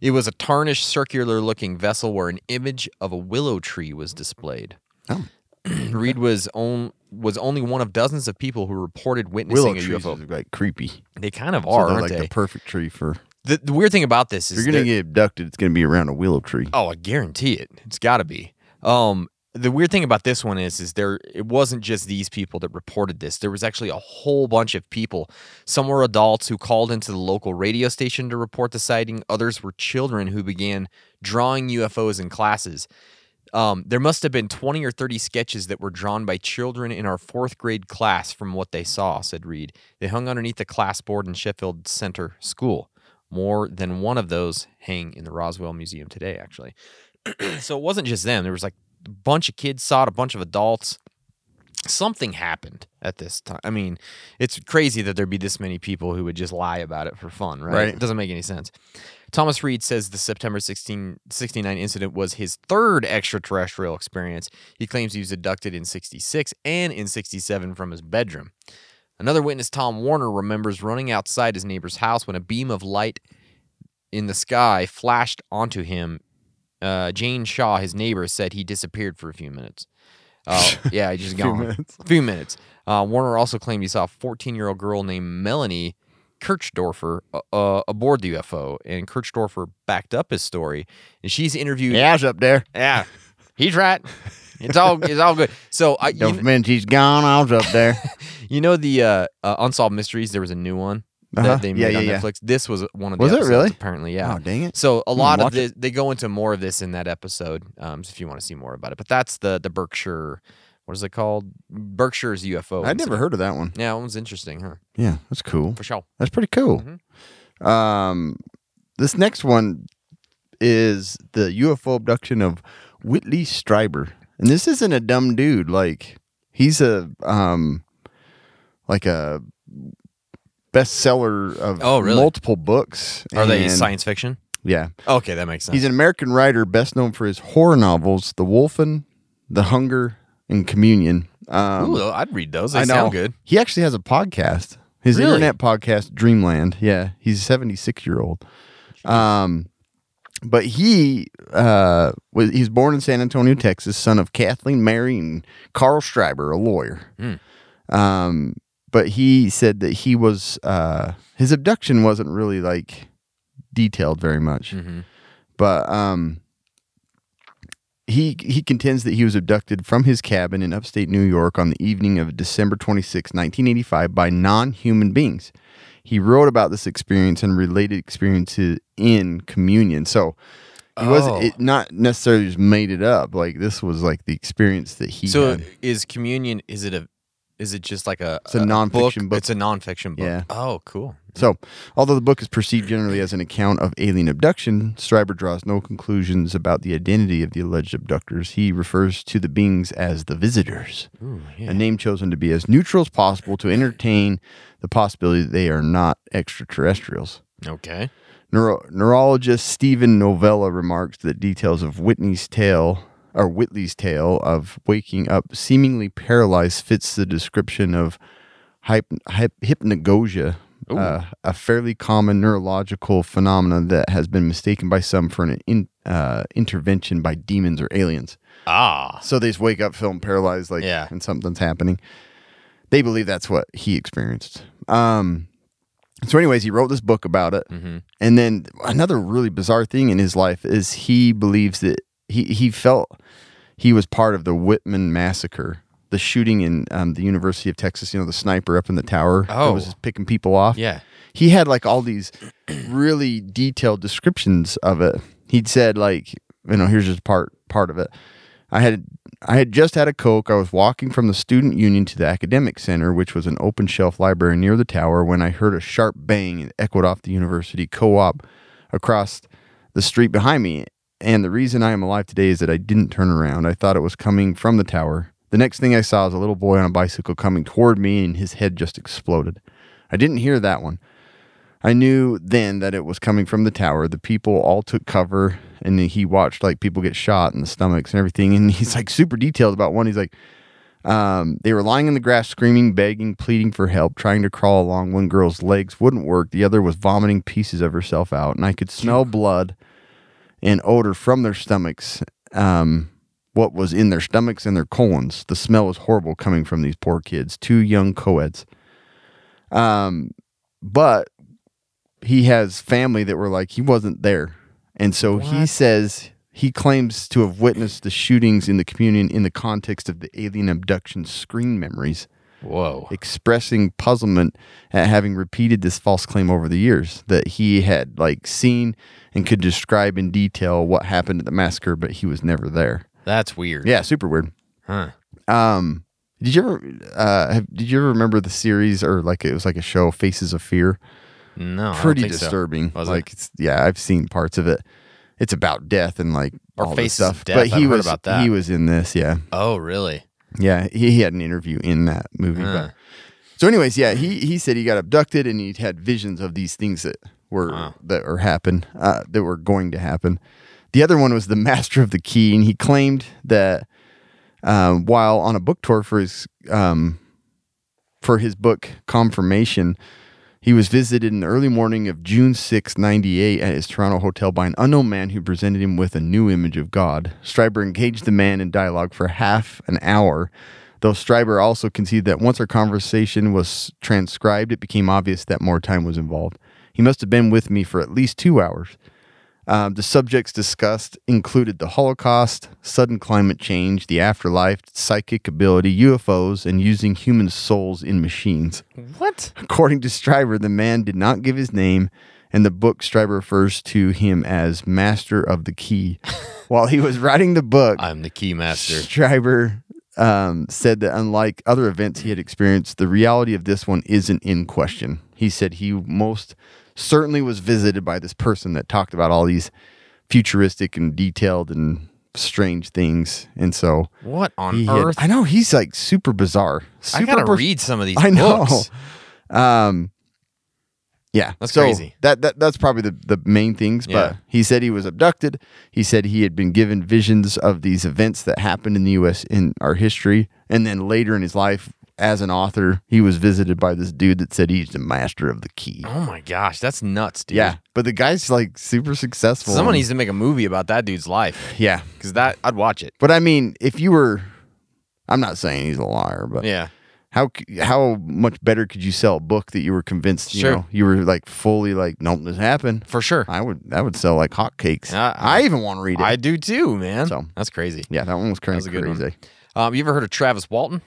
S5: it was a tarnished circular looking vessel where an image of a willow tree was displayed.
S4: Oh.
S5: Reed was on, was only one of dozens of people who reported witnessing
S4: Willow
S5: a
S4: trees
S5: UFO.
S4: is like creepy. So
S5: They kind of are,
S4: they're
S5: aren't
S4: like
S5: they?
S4: the perfect tree for.
S5: the, the weird thing about this
S4: If
S5: is
S4: you're gonna
S5: they're-
S4: get abducted. It's gonna be around a willow tree.
S5: Oh, I guarantee it. It's got to be. Um, the weird thing about this one is, is there it wasn't just these people that reported this. There was actually a whole bunch of people. Some were adults who called into the local radio station to report the sighting. Others were children who began drawing UFOs in classes. Um, there must have been 20 or 30 sketches that were drawn by children in our fourth grade class from what they saw, said Reed. They hung underneath the class board in Sheffield Center School. More than one of those hang in the Roswell Museum today, actually. so it wasn't just them. There was like a bunch of kids saw it, a bunch of adults. Something happened at this time. I mean, it's crazy that there'd be this many people who would just lie about it for fun, right?
S4: Right.
S5: It doesn't make any sense. Thomas Reed says the September 16, 69 incident was his third extraterrestrial experience. He claims he was abducted in 66 and in 67 from his bedroom. Another witness, Tom Warner, remembers running outside his neighbor's house when a beam of light in the sky flashed onto him. Uh, Jane Shaw, his neighbor, said he disappeared for a few minutes. Uh, yeah, he just
S4: Few
S5: gone.
S4: minutes.
S5: A few minutes. Uh, Warner also claimed he saw a 14 year old girl named Melanie Kirchdorfer uh, uh, aboard the UFO, and Kirchdorfer backed up his story, and she's interviewed.
S4: Yeah, it's up there.
S5: Yeah, he's right. It's all it's all good. So I, you,
S4: Don't mention he's gone. I was up there.
S5: you know the uh, uh, unsolved mysteries. There was a new one that
S4: Uh-huh.
S5: they made
S4: Yeah,
S5: on
S4: yeah, yeah.
S5: Netflix. This was one of the
S4: Was it
S5: episodes,
S4: really?
S5: apparently. Yeah.
S4: Oh, dang it.
S5: So a
S4: Hmm,
S5: lot of
S4: watch it.
S5: this, they go into more of this in that episode. Um, so if you want to see more about it, but that's the the Berkshire. What is it called? Berkshire's UFO.
S4: I'd never
S5: incident.
S4: heard of that one.
S5: Yeah, that one's interesting, huh?
S4: Yeah, that's cool.
S5: For sure.
S4: That's pretty cool.
S5: Mm-hmm.
S4: Um, this next one is the UFO abduction of Whitley Strieber, and this isn't a dumb dude. Like he's a um, like a bestseller of
S5: Oh, really?
S4: multiple books.
S5: Are they
S4: and-
S5: science fiction?
S4: Yeah,
S5: Okay, that makes sense.
S4: he's an American writer best known for his horror novels, The Wolfen, The Hunger, and Communion. Um,
S5: Ooh, I'd read those. They sound good.
S4: he actually has a podcast. His
S5: Really?
S4: internet podcast, Dreamland. Yeah, he's a 76 year old. Um, but he uh was he's born in San Antonio, Texas, son of Kathleen Mary and Carl Schreiber, a lawyer.
S5: Hmm.
S4: Um, but he said that he was uh his abduction wasn't really like detailed very much,
S5: Mm-hmm.
S4: but um. He, he contends that he was abducted from his cabin in upstate New York on the evening of December 26, 1985, by non human beings. He wrote about this experience and related experiences in communion. So it
S5: Oh.
S4: was it not necessarily just made it up. Like this was like the experience that he
S5: So
S4: had.
S5: is communion? Is it a? Is it just like a?
S4: It's a nonfiction book.
S5: It's a nonfiction book.
S4: Yeah.
S5: Oh, cool.
S4: So, although the book is perceived generally as an account of alien abduction, Stryber draws no conclusions about the identity of the alleged abductors. He refers to the beings as the visitors, a name chosen to be as neutral as possible to entertain the possibility that they are not extraterrestrials.
S5: Okay.
S4: Neuro- neurologist Stephen Novella remarks that details of Whitney's tale or Whitley's tale of waking up seemingly paralyzed fits the description of hyp- hyp- hypnagogia, uh, a fairly common neurological phenomenon that has been mistaken by some for an in- uh, intervention by demons or aliens.
S5: Ah.
S4: So they just wake up, feeling paralyzed, like,
S5: Yeah.
S4: and something's happening. They believe that's what he experienced. Um, so, anyways, he wrote this book about it.
S5: Mm-hmm.
S4: And then another really bizarre thing in his life is he believes that he, he felt he was part of the Whitman massacre, the shooting in um, the University of Texas, you know, the sniper up in the tower that
S5: Oh.
S4: was just picking people off.
S5: Yeah.
S4: He had like all these really detailed descriptions of it. He'd said like, you know, here's just part part of it. I had I had just had a coke. I was walking from the student union to the academic center, which was an open shelf library near the tower, when I heard a sharp bang and echoed off the university co-op across the street behind me. And the reason I am alive today is that I didn't turn around. I thought it was coming from the tower. The next thing I saw was a little boy on a bicycle coming toward me, and his head just exploded. I didn't hear that one. I knew then that it was coming from the tower. The people all took cover, and then he watched like people get shot in the stomachs and everything. And he's like super detailed about one. He's like, um, they were lying in the grass, screaming, begging, pleading for help, trying to crawl along. One girl's legs wouldn't work. The other was vomiting pieces of herself out, and I could smell blood and odor from their stomachs. Um, what was in their stomachs and their colons? The smell was horrible coming from these poor kids, two young co-eds. Um, but he has family that were like he wasn't there and so he says he claims to have witnessed the shootings in the communion in the context of the alien abduction screen memories
S5: Whoa.
S4: expressing puzzlement at having repeated this false claim over the years that he had like seen and could describe in detail what happened at the massacre but he was never there
S5: That's weird.
S4: yeah super weird
S5: Huh.
S4: um did you ever uh have, did you ever remember the series or like it was like a show faces of fear
S5: No. I don't
S4: pretty
S5: think so.
S4: disturbing.
S5: Was it?
S4: like, it's, yeah, I've seen parts of it. It's about death and like
S5: Or
S4: all
S5: Faces
S4: this
S5: of
S4: stuff.
S5: Death.
S4: But he
S5: I've heard
S4: was
S5: about that.
S4: he was in this. Yeah,
S5: Oh, really?
S4: yeah. He, he had an interview in that movie.
S5: Huh.
S4: But, so, anyways, yeah, he he said he got abducted and he had visions of these things that were that are happen uh, that were going to happen. The other one was the Master of the Key, and he claimed that um, while on a book tour for his um, for his book Confirmation, he was visited in the early morning of June 6, 98, at his Toronto hotel by an unknown man who presented him with a new image of God. Stryber engaged the man in dialogue for half an hour, though Stryber also conceded that once our conversation was transcribed, it became obvious that more time was involved. He must have been with me for at least two hours. Um, the subjects discussed included the Holocaust, sudden climate change, the afterlife, psychic ability, UFOs, and using human souls in machines.
S5: What?
S4: According to Stryver, the man did not give his name, and the book Stryver refers to him as Master of the Key. While he was writing the book,
S5: I'm the key master.
S4: Stryver um, said that unlike other events he had experienced, the reality of this one isn't in question. He said he most certainly was visited by this person that talked about all these futuristic and detailed and strange things, and so
S5: What on
S4: he had-
S5: earth?
S4: I know he's like super bizarre.
S5: I
S4: Super
S5: gotta
S4: biz-
S5: read some of these
S4: I know.
S5: books.
S4: Um, yeah,
S5: That's
S4: so
S5: crazy.
S4: That, that that's probably the, the main things. But
S5: Yeah.
S4: he said he was abducted. He said he had been given visions of these events that happened in the U.S. in our history, and then later in his life, as an author, he was visited by this dude that said he's the master of the key.
S5: Oh my gosh, that's nuts, dude.
S4: Yeah, but the guy's like super successful.
S5: Someone
S4: and-
S5: needs to make a movie about that dude's life.
S4: yeah.
S5: Cause that I'd watch it.
S4: But I mean, if you were, I'm not saying he's a liar, but
S5: Yeah.
S4: how c- how much better could you sell a book that you were convinced you
S5: Sure.
S4: know you were like fully like nope this happened
S5: For sure.
S4: I would that would sell like hotcakes
S5: Uh,
S4: I even want to read it
S5: I do too, man.
S4: So.
S5: That's crazy.
S4: yeah that one was kind
S5: That
S4: of
S5: was a good
S4: crazy
S5: one. Um, you ever heard of Travis Walton?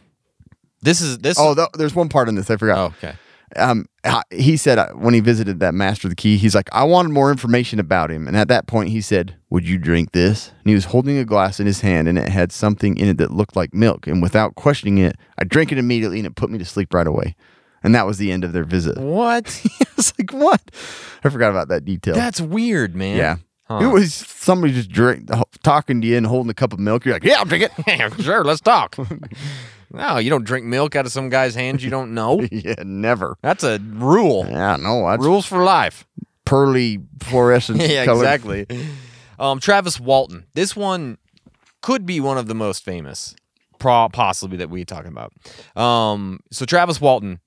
S5: This is this
S4: oh th- there's one part in this I
S5: Oh,
S4: forgot
S5: okay.
S4: um h- he said uh, when he visited that master of the key he's like I wanted more information about him and at that point he said would you drink this and he was holding a glass in his hand and it had something in it that looked like milk and without questioning it I drank it immediately and it put me to sleep right away and that was the end of their visit
S5: What?
S4: it's like what? I forgot about that detail.
S5: That's weird, man.
S4: yeah.
S5: Huh.
S4: It was somebody just drink, talking to you and holding a cup of milk. You're like, yeah, I'll drink it.
S5: sure, let's talk. no, you don't drink milk out of some guy's hands you don't know.
S4: yeah, never.
S5: That's a rule.
S4: Yeah, no, that's
S5: Rules for life.
S4: pearly fluorescent.
S5: yeah,
S4: colored-
S5: exactly. Um, Travis Walton. This one could be one of the most famous, pro- possibly that we're talking about. Um, so Travis Walton,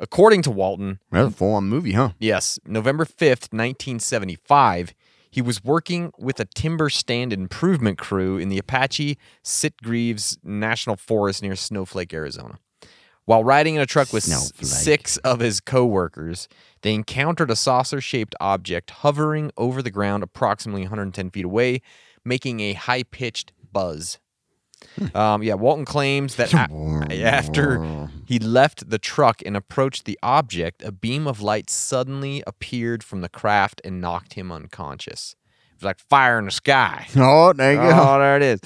S5: according to Walton,
S4: That's a full on movie, huh?
S5: yes, November fifth, nineteen seventy-five, he was working with a timber stand improvement crew in the Apache Sitgreaves National Forest near Snowflake, Arizona. While riding in a truck with s-
S4: Snowflake.
S5: six of his coworkers, they encountered a saucer-shaped object hovering over the ground approximately 110 feet away, making a high-pitched buzz. Um, yeah, Walton claims that a- after he left the truck and approached the object, a beam of light suddenly appeared from the craft and knocked him unconscious. It was like fire in the sky.
S4: Oh, there you go.
S5: Oh, there it is.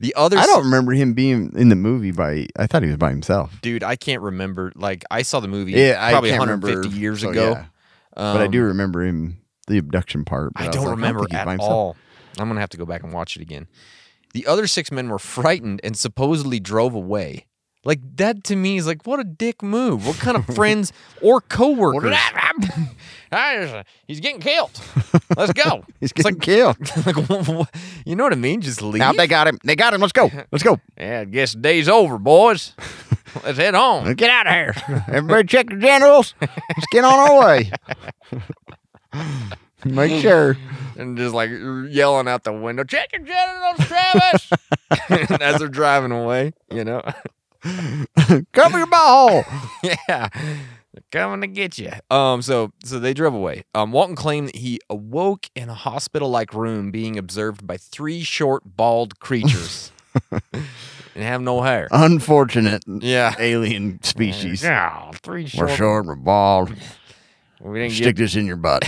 S5: The other
S4: I
S5: s-
S4: don't remember him being in the movie by. I thought he was by himself,
S5: dude, I can't remember. Like I saw the movie
S4: Yeah, I
S5: probably
S4: can't
S5: 150
S4: remember.
S5: years
S4: So,
S5: ago. Um,
S4: yeah. but I do remember him the abduction part. but
S5: I
S4: was
S5: don't
S4: like,
S5: remember
S4: think he's by
S5: at
S4: himself.
S5: all. I'm gonna have to go back and watch it again. The other six men were frightened and supposedly drove away. Like that to me is like what a dick move. What kind of friends or coworkers? I just- He's getting killed. Let's go.
S4: He's
S5: It's
S4: getting killed.
S5: like, like wha- wha- you know what I mean? Just leave.
S4: Now they got him. They got him. Let's go. Let's go.
S5: yeah, I guess the day's over, boys. Let's head on.
S4: Get out of here. Everybody check the generals. Let's get on our way. Make sure.
S5: and just like yelling out the window, check your genitals, Travis, And as they're driving away. You know,
S4: Cover your ball.
S5: yeah, they're coming to get you. Um, so so they drove away. Um, Walton claimed that he awoke in a hospital-like room, being observed by three short, bald creatures, and have no hair.
S4: Uh, Unfortunate
S5: Yeah.
S4: alien species.
S5: Yeah, three
S4: We're
S5: short.
S4: short. We're bald.
S5: We didn't
S4: Stick this in your butt.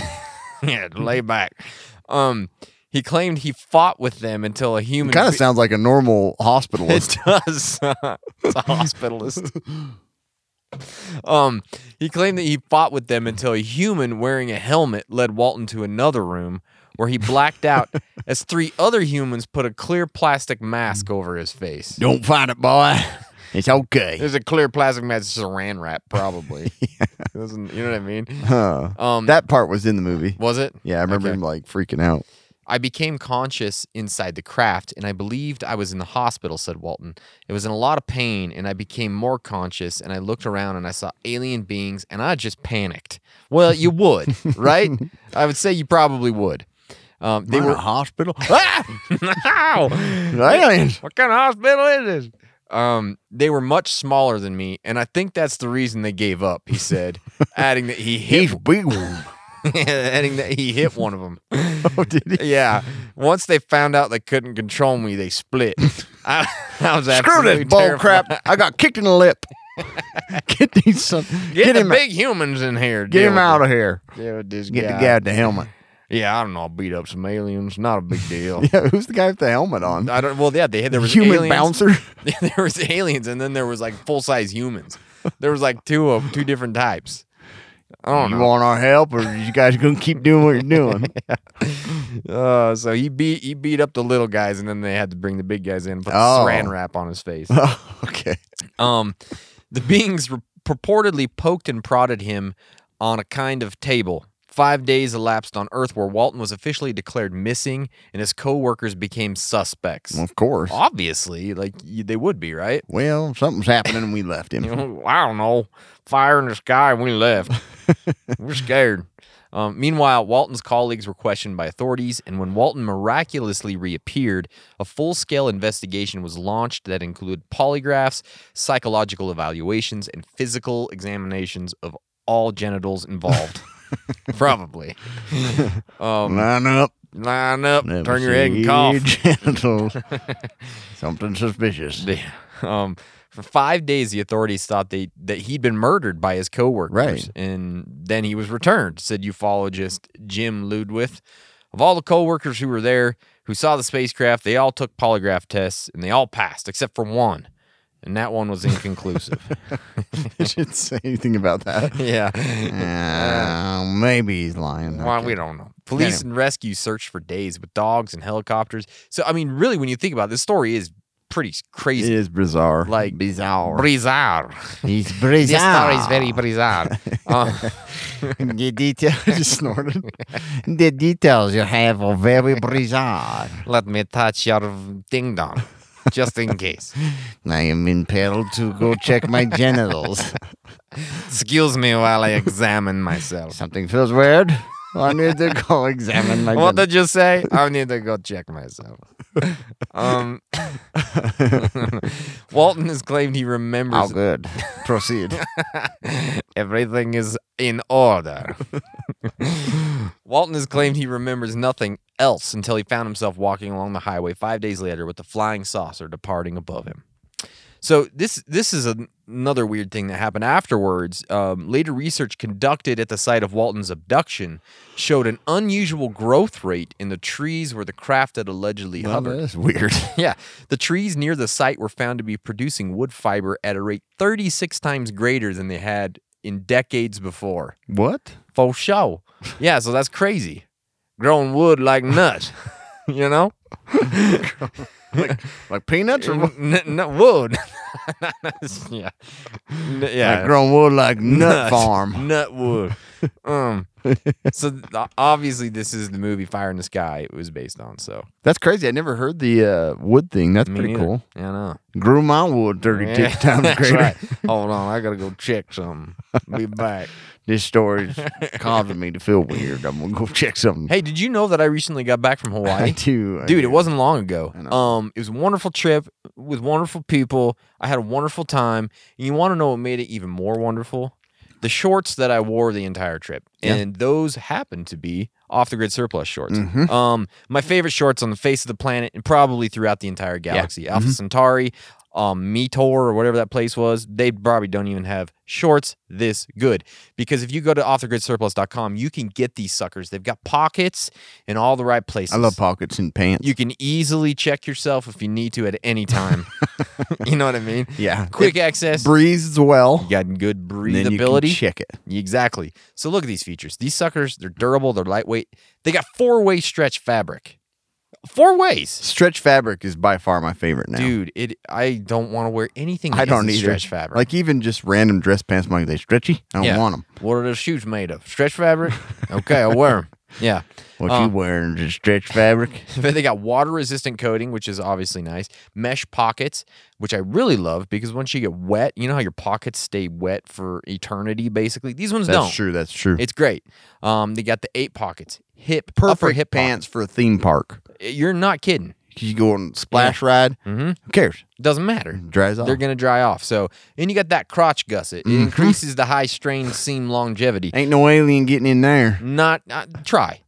S5: get yeah, lay back. Um, he claimed he fought with them until a human.
S4: kind of
S5: be-
S4: sounds like a normal hospitalist.
S5: It does. it's a hospitalist. Um, he claimed that he fought with them until a human wearing a helmet led Walton to another room where he blacked out as three other humans put a clear plastic mask over his face.
S4: Don't find it, boy. It's okay.
S5: There's a clear plastic mask, it's saran wrap, probably. It wasn't- you know what I mean?
S4: Huh.
S5: Um,
S4: that part was in the movie.
S5: was it?
S4: Yeah, I remember
S5: Okay.
S4: him like freaking out.
S5: I became conscious inside the craft and I believed I was in the hospital, said Walton. It was in a lot of pain and I became more conscious and I looked around and I saw alien beings and I just panicked. Well, you would, right? I would say you probably would. Um, they were. Ah!
S4: hospital.
S5: Ow!
S4: Aliens.
S5: What kind of hospital is this? Um, they were much smaller than me, and I think that's the reason they gave up, he said, adding that he hit
S4: He's big. one.
S5: Oh, adding that he hit one of them.
S4: oh, did he?
S5: Yeah. Once they found out they couldn't control me, they split. I, I was
S4: Screw
S5: absolutely
S4: this bull
S5: terrified.
S4: crap. I got kicked in the lip. get these son-
S5: Get,
S4: get,
S5: the
S4: him
S5: big humans in here.
S4: get him out of here.
S5: Yeah, with this
S4: Get
S5: guy.
S4: the guy with the helmet.
S5: Yeah, I don't know. I'll beat up some aliens. Not a big deal.
S4: Yeah, who's the guy with the helmet on?
S5: I don't. Well, yeah, they had Uh, there was
S4: Human
S5: aliens.
S4: bouncer.
S5: there was aliens, and then there was like full size humans. There was like two of two different types. I don't
S4: You
S5: know.
S4: want our help, or you guys gonna keep doing what you're doing?
S5: Uh, so he beat he beat up the little guys, and then they had to bring the big guys in and put the
S4: Oh.
S5: saran wrap on his face.
S4: Oh, okay.
S5: Um, the beings re- purportedly poked and prodded him on a kind of table. Five days elapsed on Earth where Walton was officially declared missing and his co workers became suspects.
S4: Well, of course.
S5: Obviously, like y- they would be, right?
S4: Well, something's happening, and we left
S5: You
S4: him.
S5: know, I don't know. Fire in the sky, and we left. We're scared. Um, meanwhile, Walton's colleagues were questioned by authorities, and when Walton miraculously reappeared, a full scale investigation was launched that included polygraphs, psychological evaluations, and physical examinations of all genitals involved. Probably. Um,
S4: Line up.
S5: line up,
S4: Let me
S5: turn your head
S4: see
S5: and cough.
S4: genitals. Something suspicious.
S5: They- um, for five days, the authorities thought they that he'd been murdered by his coworkers,
S4: Right.
S5: And then he was returned, said ufologist Jim Ludwith. Of all the coworkers who were there who saw the spacecraft, they all took polygraph tests and they all passed except for one, and that one was inconclusive.
S4: They should say anything about that.
S5: yeah,
S4: Uh, maybe he's lying.
S5: Well,
S4: Okay.
S5: we don't know. Police and rescue searched for days with dogs and helicopters. So, I mean, really, when you think about it, this story is pretty
S4: It
S5: crazy.
S4: is bizarre.
S5: Like-
S4: bizarre.
S5: Bizarre.
S4: he's bizarre.
S5: This story is very bizarre. Uh,
S4: the details. just snorted. the details you have are very bizarre.
S5: let me touch your ding dong, just in case.
S4: I am impelled to go check my genitals.
S5: Excuse me while I examine myself.
S4: Something feels weird. I need to go examine my.
S5: What did you say? I need to go check myself. um, Walton has claimed he
S4: How
S5: remembers
S4: good. Proceed.
S5: everything is in order. Walton has claimed he remembers nothing else until he found himself walking along the highway five days later with the flying saucer departing above him. So this this is an- another weird thing that happened afterwards. Um, later research conducted at the site of Walton's abduction showed an unusual growth rate in the trees where the craft had allegedly
S4: well,
S5: hovered.
S4: that's weird.
S5: Yeah, the trees near the site were found to be producing wood fiber at a rate 36 times greater than they had in decades before.
S4: What?
S5: For show. Yeah, so that's crazy. Growing wood like nuts, you know?
S4: Like, like peanuts or what?
S5: N- n- wood. yeah. N- yeah.
S4: Like grown wood like nut
S5: Nuts.
S4: farm.
S5: Nut wood. um, so th- obviously this is the movie Fire in the Sky it was based on, so.
S4: That's crazy. I never heard the uh, wood thing. That's
S5: me
S4: pretty
S5: neither.
S4: cool.
S5: Yeah, I know.
S4: Grew my wood 36
S5: Yeah,
S4: times
S5: Eh, that's
S4: greater.
S5: right. Hold on, I gotta go check something. Be back.
S4: This story's causing me to feel weird. I'm gonna go check something.
S5: Hey, did you know that I recently got back from
S4: I
S5: Hawaii?
S4: do, I
S5: Dude,
S4: do.
S5: it wasn't long ago.
S4: I know.
S5: Um, it was a wonderful trip with wonderful people. I had a wonderful time. And you want to know what made it even more wonderful? The shorts that I wore the entire trip,
S4: Yeah.
S5: and those happened to be off the grid surplus shorts.
S4: Mhm.
S5: Um, my favorite shorts on the face of the planet, and probably throughout the entire galaxy.
S4: Mm-hmm.
S5: Alpha Centauri, um, Meteor, or whatever that place was. They probably don't even have shorts this good because if you go to offthegridsurplus.com, you can get these suckers. They've got pockets in all the right places.
S4: I love pockets and pants.
S5: You can easily check yourself if you need to at any time. you know what I mean?
S4: yeah.
S5: Quick access.
S4: breathes well.
S5: you got good
S4: and then you can
S5: breathability.
S4: check it.
S5: exactly. So look at these features. These suckers, they're durable, they're lightweight. They got four-way stretch fabric. Four ways.
S4: Stretch fabric is by far my favorite now.
S5: Dude, it I don't want to wear anything that
S4: I don't
S5: isn't
S4: either.
S5: stretch fabric.
S4: Like even just random dress pants. I'm like they stretchy. I don't
S5: Yeah.
S4: want them.
S5: what are those shoes made of? Stretch fabric? Okay, I'll wear them. Yeah.
S4: What
S5: Uh,
S4: you wearing? Just stretch fabric.
S5: But they got water resistant coating, which is obviously nice. Mesh pockets, which I really love because once you get wet, you know how your pockets stay wet for eternity, basically. These ones
S4: That's
S5: don't.
S4: true. That's true.
S5: It's great. Um, they got the eight pockets, hip, upper
S4: perfect
S5: hip
S4: pants for a theme park.
S5: pocket. You're not kidding.
S4: You go on splash ride.
S5: Mhm.
S4: Who cares?
S5: Doesn't matter.
S4: Dries off.
S5: They're gonna dry off. So, and you got that crotch gusset. It
S4: Mm-hmm.
S5: increases the high strain seam longevity.
S4: Ain't no alien getting in there.
S5: Not, not try.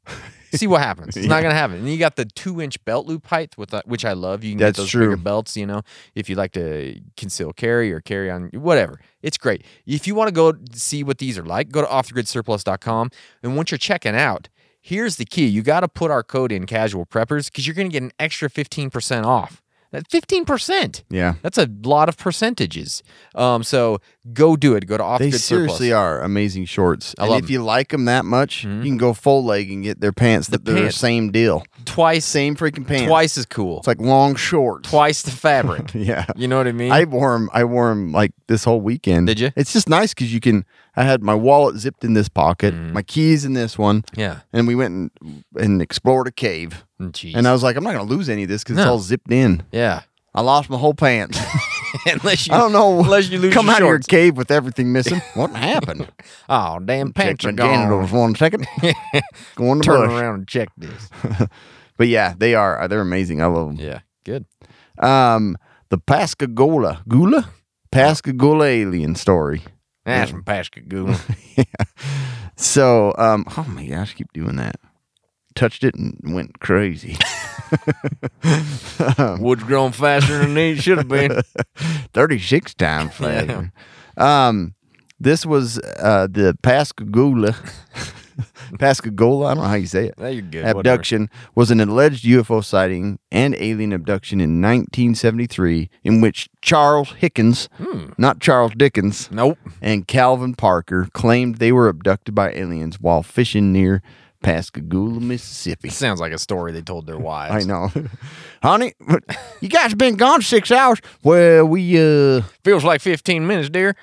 S5: See what happens. It's not gonna happen. And you got the two inch belt loop height, with that, which I love. You can
S4: That's
S5: get those
S4: true.
S5: bigger belts, you know, if you like to conceal carry or carry on whatever. It's great. If you want to go see what these are like, go to offthegridsurplus.com. And once you're checking out, here's the key: you got to put our code in casual preppers because you're gonna get an extra fifteen percent off. That fifteen percent.
S4: Yeah.
S5: That's a lot of percentages. Um, so go do it. Go to off
S4: They seriously are amazing shorts.
S5: I
S4: and
S5: love
S4: if
S5: 'em.
S4: you like them that much, you can go full leg and get their pants that they're
S5: pants.
S4: same deal.
S5: twice
S4: Same freaking pants.
S5: twice as cool.
S4: It's like long shorts.
S5: twice the fabric.
S4: Yeah.
S5: You know what I mean?
S4: I wore 'em- I wore 'em, like this whole weekend.
S5: Did ya?
S4: It's just nice because you can. I had my wallet zipped in this pocket, my keys in this one,
S5: Mm-hmm. yeah. Mm,
S4: and we went and, and explored a cave.
S5: Jeez.
S4: And I was like, I'm not gonna lose any of this because it's
S5: No.
S4: all zipped in.
S5: yeah.
S4: I lost my whole pants.
S5: unless you
S4: I don't know.
S5: Unless you lose
S4: come
S5: your
S4: out
S5: shorts.
S4: of your cave with everything missing. What happened?
S5: Oh, damn pants
S4: Check
S5: are
S4: my
S5: gone.
S4: genitals one second. Go on the
S5: Turn
S4: bush.
S5: around and check this.
S4: But yeah, they are. uh, They're amazing. I love them.
S5: Yeah. Good.
S4: Um, the Pascagoula, Gula, Pascagoula alien story.
S5: That's from Pascagoula.
S4: So, um, oh my gosh, keep doing that. Touched it and went crazy. Um,
S5: Wood's grown faster than it should have been.
S4: 36 times faster. Um, this was uh, the Pascagoula. Pascagoula, I don't know how you say it.
S5: There you go. whatever.
S4: abduction was an alleged UFO sighting and alien abduction in 1973, in which Charles Hickens,
S5: Hmm.
S4: not Charles Dickens,
S5: Nope.
S4: and Calvin Parker claimed they were abducted by aliens while fishing near Pascagoula, Mississippi.
S5: Sounds like a story they told their
S4: I
S5: wives.
S4: know, honey. what- You guys been gone six hours. Well, we uh,
S5: Feels like 15 minutes, dear.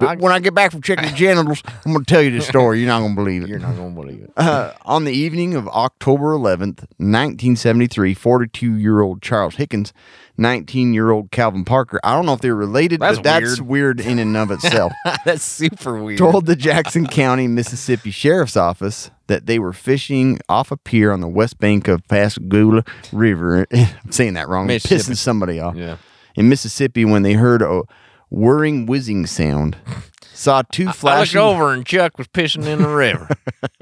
S4: But when I get back from checking the genitals, I'm going to tell you this story. You're not going to believe it.
S5: You're not gonna believe it.
S4: Uh, on the evening of October 11th, 1973, 42 year old Charles Hickens, 19 year old Calvin Parker, I don't know if they're related,
S5: That's
S4: but that's weird in and of itself,
S5: That's super weird.
S4: told the Jackson County, Mississippi Sheriff's Office that they were fishing off a pier on the west bank of Pascagoula River. I'm saying that wrong. It
S5: Mississippi.
S4: Pissing somebody off.
S5: Yeah.
S4: In Mississippi, when they heard a whirring whizzing sound, saw two flashing.
S5: I looked over and Chuck was pissing in the river.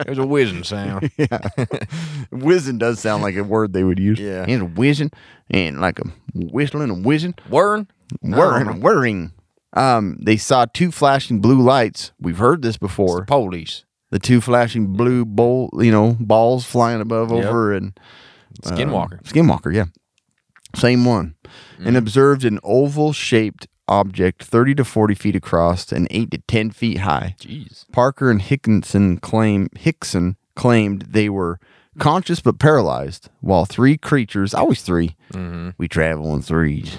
S5: There's a whizzing sound.
S4: Whizzing does sound like a word they would use.
S5: Yeah.
S4: It's whizzing and like a whistling and whizzing.
S5: Whirring.
S4: Whirring, whirring. Um, they saw two flashing blue lights. We've heard this
S5: The
S4: before.
S5: police.
S4: The two flashing blue bowl, you know, balls flying above
S5: Yep.
S4: over and Um,
S5: Skinwalker.
S4: Skinwalker, yeah. Same one. And observed an oval shaped object 30 to 40 feet across and 8 to 10 feet high.
S5: Jeez.
S4: Parker and Hickinson claim Hickson claimed they were conscious but paralyzed, while three creatures, always 3 we travel in threes,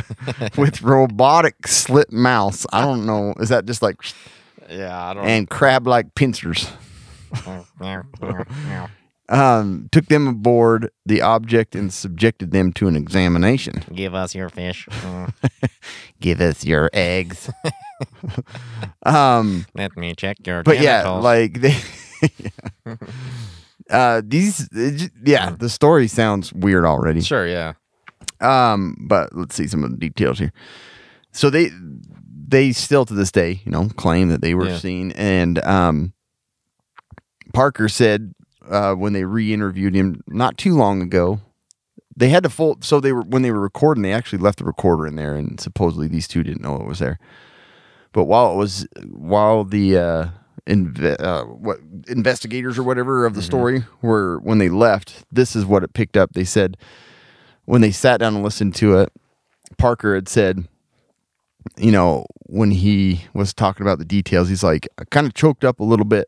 S4: with robotic slit mouths. I don't know, is that just like
S5: Yeah, I don't
S4: and crab-like pincers?
S5: Mm.
S4: Um, took them aboard the object and subjected them to an examination.
S5: Give us your fish. Mm,
S4: Give us your eggs.
S5: Let me check your
S4: but yeah,
S5: genitals.
S4: like they. Uh, these, it j- yeah, the story sounds weird already.
S5: Sure, yeah.
S4: Um, but let's see some of the details here. So they they still to this day, you know, claim that they were
S5: Yeah.
S4: seen. And um, Parker said uh, when they re-interviewed him not too long ago, they had to full. So they were when they were recording, they actually left the recorder in there, and supposedly these two didn't know it was there. But while it was while the uh, inve- uh, what investigators or whatever of the story were when they left, this is what it picked up. They said when they sat down and listened to it, Parker had said, you know, when he was talking about the details, he's like, I kind of choked up a little bit.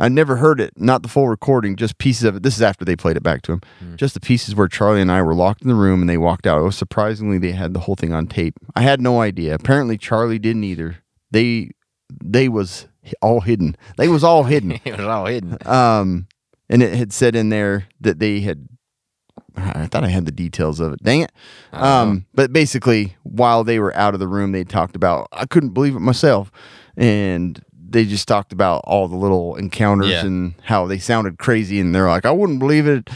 S4: I never heard it, not the full recording, just pieces of it. This is after they played it back to him. Just the pieces where Charlie and I were locked in the room and they walked out. Oh, surprisingly, they had the whole thing on tape. I had no idea. Apparently, Charlie didn't either. They they was all hidden. They was all hidden.
S5: It was all hidden.
S4: Um, and it had said in there that they had. I thought I had the details of it. Dang it! Um, but basically, while they were out of the room, they talked about. I couldn't believe it myself, and they just talked about all the little encounters
S5: Yeah.
S4: and how they sounded crazy. And they're like, "I wouldn't believe it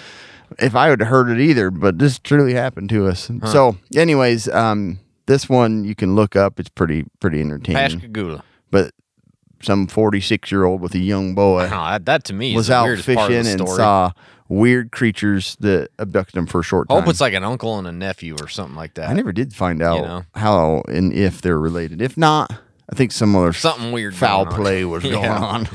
S4: if I had heard it either," but this truly happened to us. So, anyways, um, this one you can look up. It's pretty pretty entertaining.
S5: Pascagoula.
S4: But some forty six year old with a young boy
S5: No, that, that to me is
S4: was
S5: the
S4: out
S5: weirdest part of
S4: fishing
S5: the
S4: and
S5: story.
S4: saw weird creatures that abducted him for a short
S5: I
S4: time.
S5: hope it's like an uncle and a nephew or something like that.
S4: I never did find out
S5: know.
S4: how and if they're related. If not, I think some other
S5: Something weird
S4: foul
S5: going on.
S4: play was
S5: Yeah.
S4: going on.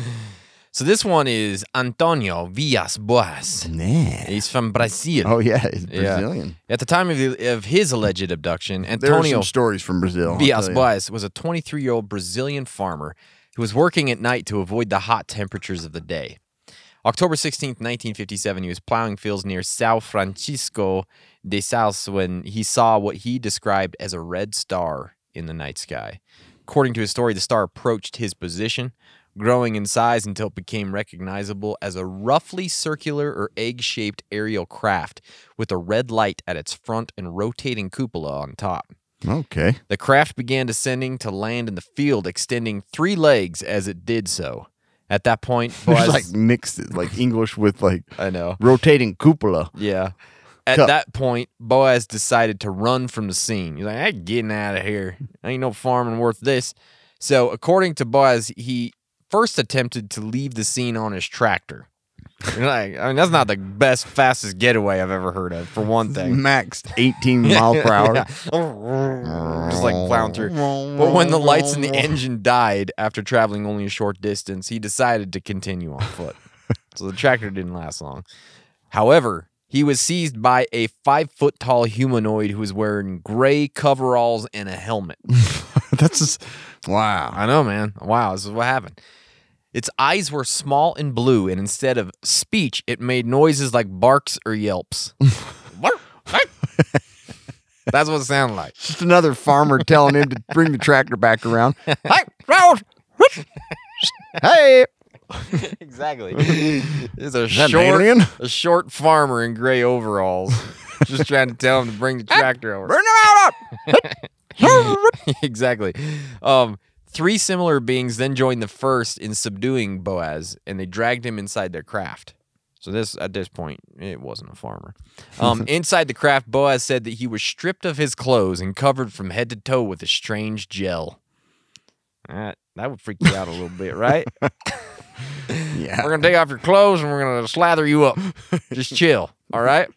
S5: so this one is Antonio Villas Boas.
S4: Yeah.
S5: He's from Brazil.
S4: Oh yeah, it's
S5: Yeah.
S4: Brazilian.
S5: At the time of, the, of his alleged abduction,
S4: There are
S5: Antonio
S4: some stories from Brazil. I'll
S5: Villas
S4: tell you.
S5: Boas was a 23 year old Brazilian farmer who was working at night to avoid the hot temperatures of the day. October 16, 1957, he was plowing fields near Sao Francisco de Sales when he saw what he described as a red star in the night sky. According to his story, the star approached his position, growing in size until it became recognizable as a roughly circular or egg shaped aerial craft with a red light at its front and rotating cupola on top.
S4: Okay.
S5: The craft began descending to land in the field, extending three legs as it did so. At that point,
S4: There's
S5: Boaz,
S4: like mixed like English with like
S5: I know,
S4: rotating cupola.
S5: yeah. At
S4: Tough.
S5: that point, Boaz decided to run from the scene. He's like, "I ain't getting out of here. Ain't no farming worth this." So, according to Boaz, he first attempted to leave the scene on his tractor. You're like, I mean, that's not the best, fastest getaway I've ever heard of, for one thing.
S4: Maxed 18 mile per hour.
S5: Yeah. Just like plowing through. But when the lights in the engine died after traveling only a short distance, he decided to continue on foot. so the tractor didn't last long. However, he was seized by a five foot tall humanoid who was wearing gray coveralls and a helmet.
S4: That's just wow.
S5: I know, man. Wow, this is what happened. Its eyes were small and blue, and instead of speech, it made noises like barks or yelps. That's what it sounded like.
S4: Just another farmer telling him to bring the tractor back around.
S5: Hey, Raul!
S4: Hey,
S5: exactly. It's a
S4: that an
S5: short,
S4: alien?
S5: a short farmer in gray overalls, just trying to tell him to bring the tractor over. exactly. Um, three similar beings then joined the first in subduing Boaz, and they dragged him inside their craft. So this, at this point, it wasn't a farmer. Um, inside the craft, Boaz said that he was stripped of his clothes and covered from head to toe with a strange gel. That that would freak you out a little bit, right?
S4: yeah.
S5: We're gonna take off your clothes and we're gonna slather you up. Just chill, all right?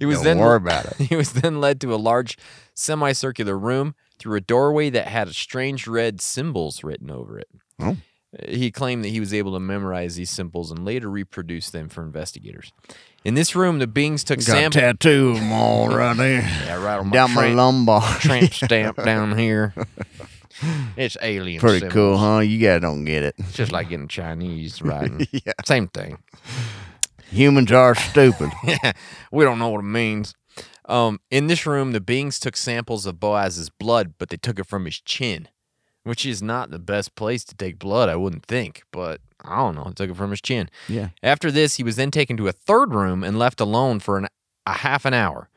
S5: he was
S4: Don't
S5: then
S4: worry about it.
S5: He was then led to a large semicircular room through a doorway that had strange red symbols written over it.
S4: Oh.
S5: He claimed that he was able to memorize these symbols and later reproduce them for investigators. In this room, the beings took
S4: Got
S5: samples.
S4: tattoo them all right there.
S5: Yeah, right on my
S4: Down my
S5: tramp,
S4: lumbar.
S5: tramp stamp down here. It's alien.
S4: Pretty
S5: symbols.
S4: cool, huh? You guys don't get it.
S5: It's just like getting Chinese writing.
S4: Yeah.
S5: Same thing.
S4: Humans are stupid.
S5: we don't know what it means. Um, in this room, the beings took samples of Boaz's blood, but they took it from his chin, which is not the best place to take blood, I wouldn't think. But I don't know. They took it from his chin.
S4: yeah.
S5: After this, he was then taken to a third room and left alone for an, a half an hour.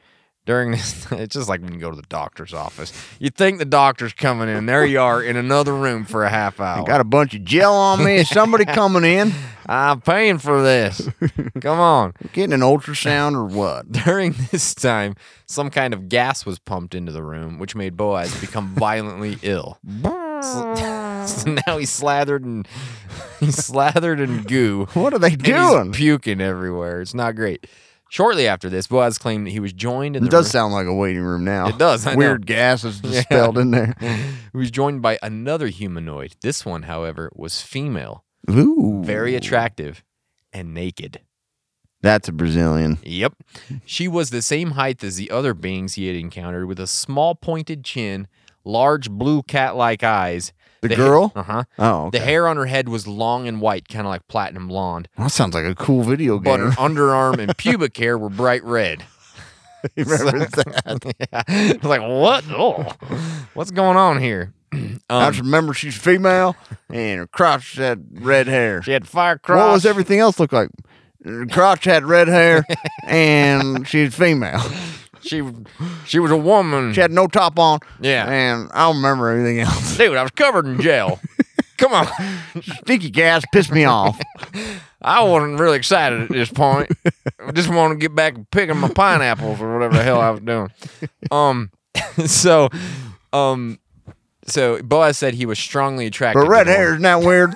S5: During this, it's just like when you go to the doctor's office. You think the doctor's coming in, there you are in another room for a half hour.
S4: I got a bunch of gel on me. Is somebody coming in?
S5: I'm paying for this. Come on.
S4: Getting an ultrasound or what?
S5: During this time, some kind of gas was pumped into the room, which made Boaz become violently ill. So, so now he's slathered and he's slathered in goo.
S4: What are they
S5: and he's
S4: doing?
S5: puking everywhere. It's not great. Shortly after this, Boaz claimed that he was joined in the
S4: It does
S5: room.
S4: sound like a waiting room now.
S5: It does, I know.
S4: Weird gases dispelled in there.
S5: he was joined by another humanoid. This one, however, was female,
S4: Ooh.
S5: Mm. very attractive, and naked.
S4: That's a Brazilian.
S5: Yep. She was the same height as the other beings he had encountered with a small pointed chin, large blue cat like eyes.
S4: The girl?
S5: Uh huh.
S4: Oh,
S5: The
S4: okay.
S5: hair on her head was long and white, kind of like platinum blonde,
S4: Well, that sounds like a cool video
S5: but her
S4: game.
S5: underarm and pubic hair were bright red.
S4: You remember that?
S5: yeah. It's like, what? Oh, what's going on here?
S4: I
S5: Um,
S4: just remember she's female and her crotch had red hair.
S5: she had fire cross.
S4: What was everything else look like? Her crotch had red hair and she's female.
S5: She, she was a woman.
S4: She had no top on.
S5: Yeah.
S4: And I don't remember everything else.
S5: Dude, I was covered in gel. Come on.
S4: Stinky gas pissed me off.
S5: I wasn't really excited at this point. I just wanted to get back and picking my pineapples or whatever the hell I was doing. Um, so, um, so Boaz said he was strongly attracted.
S4: But
S5: to
S4: red
S5: the
S4: hair isn't
S5: woman.
S4: that weird?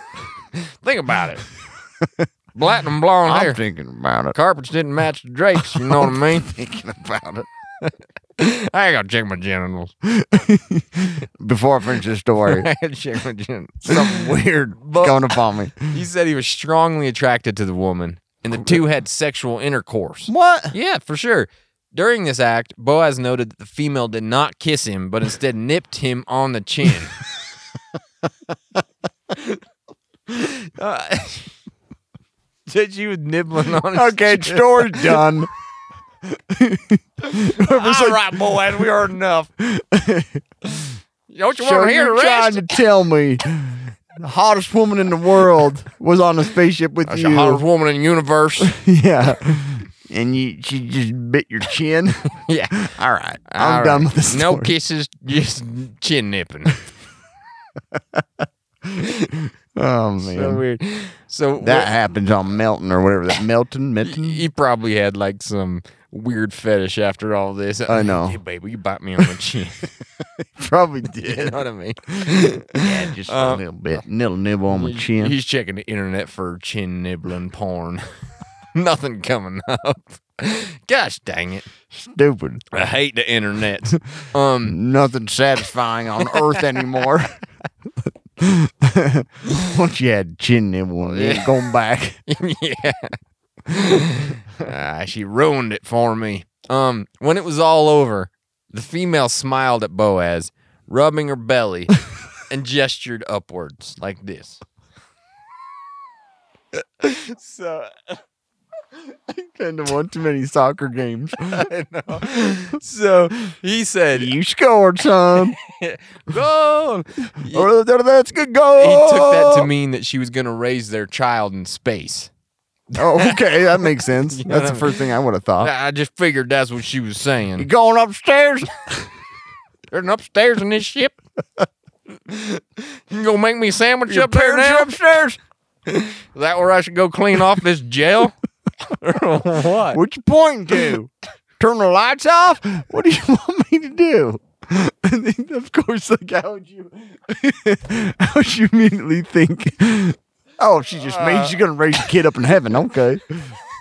S5: Think about it. Platinum blonde hair.
S4: I'm thinking about it.
S5: Carpets didn't match the drapes. You know what I mean?
S4: Thinking about it.
S5: I gotta check my genitals.
S4: Before I finish this story,
S5: I gotta check my genitals.
S4: something weird
S5: But-
S4: going upon me.
S5: He said he was strongly attracted to the woman, and the two had sexual intercourse.
S4: What?
S5: Yeah, for sure. During this act, Boaz noted that the female did not kiss him, but instead nipped him on the chin. uh, said she was nibbling on his
S4: Okay,
S5: chin.
S4: story's done. Whoever's
S5: All
S4: like,
S5: right, Boaz, we heard enough. Don't you
S4: so
S5: want to hear the
S4: you're
S5: rest?
S4: trying to tell me the hottest woman in the world was on a spaceship with
S5: That's
S4: you?
S5: the hottest woman in the universe.
S4: yeah. And you, she just bit your chin.
S5: yeah.
S4: All right, I'm done with this.
S5: No
S4: story.
S5: kisses, just chin nipping.
S4: Oh man,
S5: so weird. So
S4: that happens on Melton or whatever. That Melton, Melton.
S5: he probably had like some weird fetish after all this.
S4: I know.
S5: Hey, baby, you bite me on the chin.
S4: Probably
S5: you
S4: did. Uh,
S5: know what I mean?
S4: Yeah, just a little bit, little nibble on my chin.
S5: He's checking the internet for chin nibbling porn. Nothing coming up. Gosh dang it.
S4: Stupid.
S5: I hate the internet. Um,
S4: Nothing satisfying on earth anymore. Once you had chin nibble, you ain't going back.
S5: yeah. Ah, she ruined it for me. Um, when it was all over, the female smiled at Boaz, rubbing her belly and gestured upwards like this. so
S4: Kind of one too many soccer games.
S5: So he said,
S4: you scored, son.
S5: "Go." He
S4: Oh, That's a good goal.
S5: took that to mean that she was going to raise their child in space.
S4: Oh, okay, that makes sense.
S5: know
S4: That's
S5: what
S4: the
S5: I
S4: first thing I would have thought.
S5: I just figured that's what she was saying.
S4: going upstairs?
S5: There's an upstairs in this ship. You gonna make me a sandwich
S4: Your
S5: up there
S4: parents
S5: now?
S4: are upstairs?
S5: Is that where I should go clean off this jail? what?
S4: What you pointing to? Turn the lights off? What do you want me to do? And then, of course, like how would you, how would you immediately think? Oh, she just means she's gonna raise your kid up in heaven. Okay,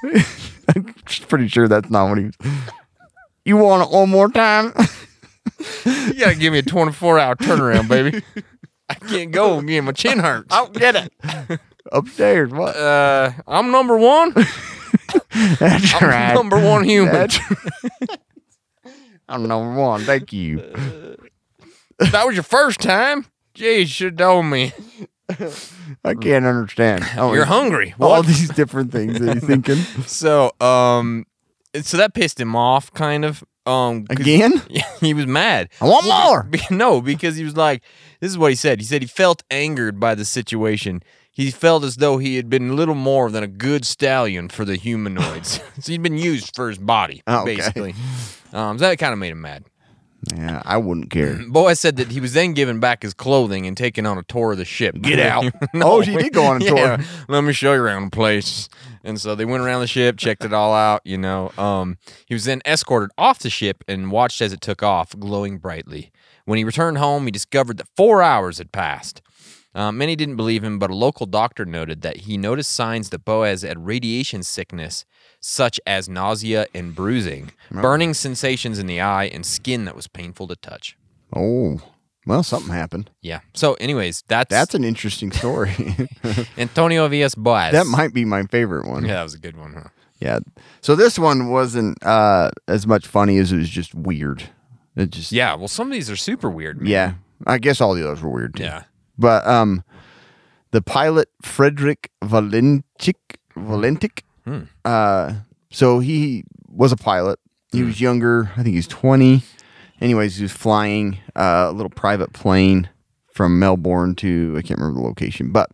S4: I'm pretty sure that's not what he. was- You want it one more time?
S5: You gotta give me a 24 hour turnaround, baby. I can't go again. My chin hurts.
S4: I'll get it upstairs. What?
S5: Uh, I'm number one.
S4: That's
S5: I'm
S4: right.
S5: number one human.
S4: That's I'm number one. Thank you.
S5: If that was your first time. Geez, you should have told me.
S4: I can't understand. Oh,
S5: You're hungry.
S4: All
S5: What?
S4: these different things that he's thinking.
S5: So, um, so that pissed him off, kind of. Um, 'cause
S4: Again?
S5: he was mad.
S4: I want more.
S5: Be- No, because he was like, this is what he said. He said he felt angered by the situation. He felt as though he had been little more than a good stallion for the humanoids. so he'd been used for his body,
S4: Oh, Okay.
S5: basically. Um, so that kind of made him mad.
S4: Yeah, I wouldn't care.
S5: Boaz said that he was then given back his clothing and taken on a tour of the ship.
S4: Get out.
S5: No,
S4: Oh, she did go on a tour.
S5: yeah, Let me show you around the place. And so they went around the ship, checked it all out, you know. Um, he was then escorted off the ship and watched as it took off, glowing brightly. When he returned home, he discovered that four hours had passed. Uh, many didn't believe him, but a local doctor noted that he noticed signs that Boaz had radiation sickness, such as nausea and bruising, burning sensations in the eye, and skin that was painful to touch.
S4: Oh, well, something happened.
S5: Yeah. So, anyways, that's,
S4: That's an interesting story.
S5: Antonio Villas Boas.
S4: that might be my favorite one.
S5: Yeah, that was a good one. Huh?
S4: Yeah. So this one wasn't uh, as much funny as it was just weird. It just
S5: Yeah. Well, some of these are super weird. Man.
S4: yeah. I guess all the others were weird. Too.
S5: Yeah.
S4: But um, the pilot Frederick Valentik Valentik. Uh, so he was a pilot. He was younger. I think he's twenty. Anyways, he was flying uh, a little private plane from Melbourne to I can't remember the location, but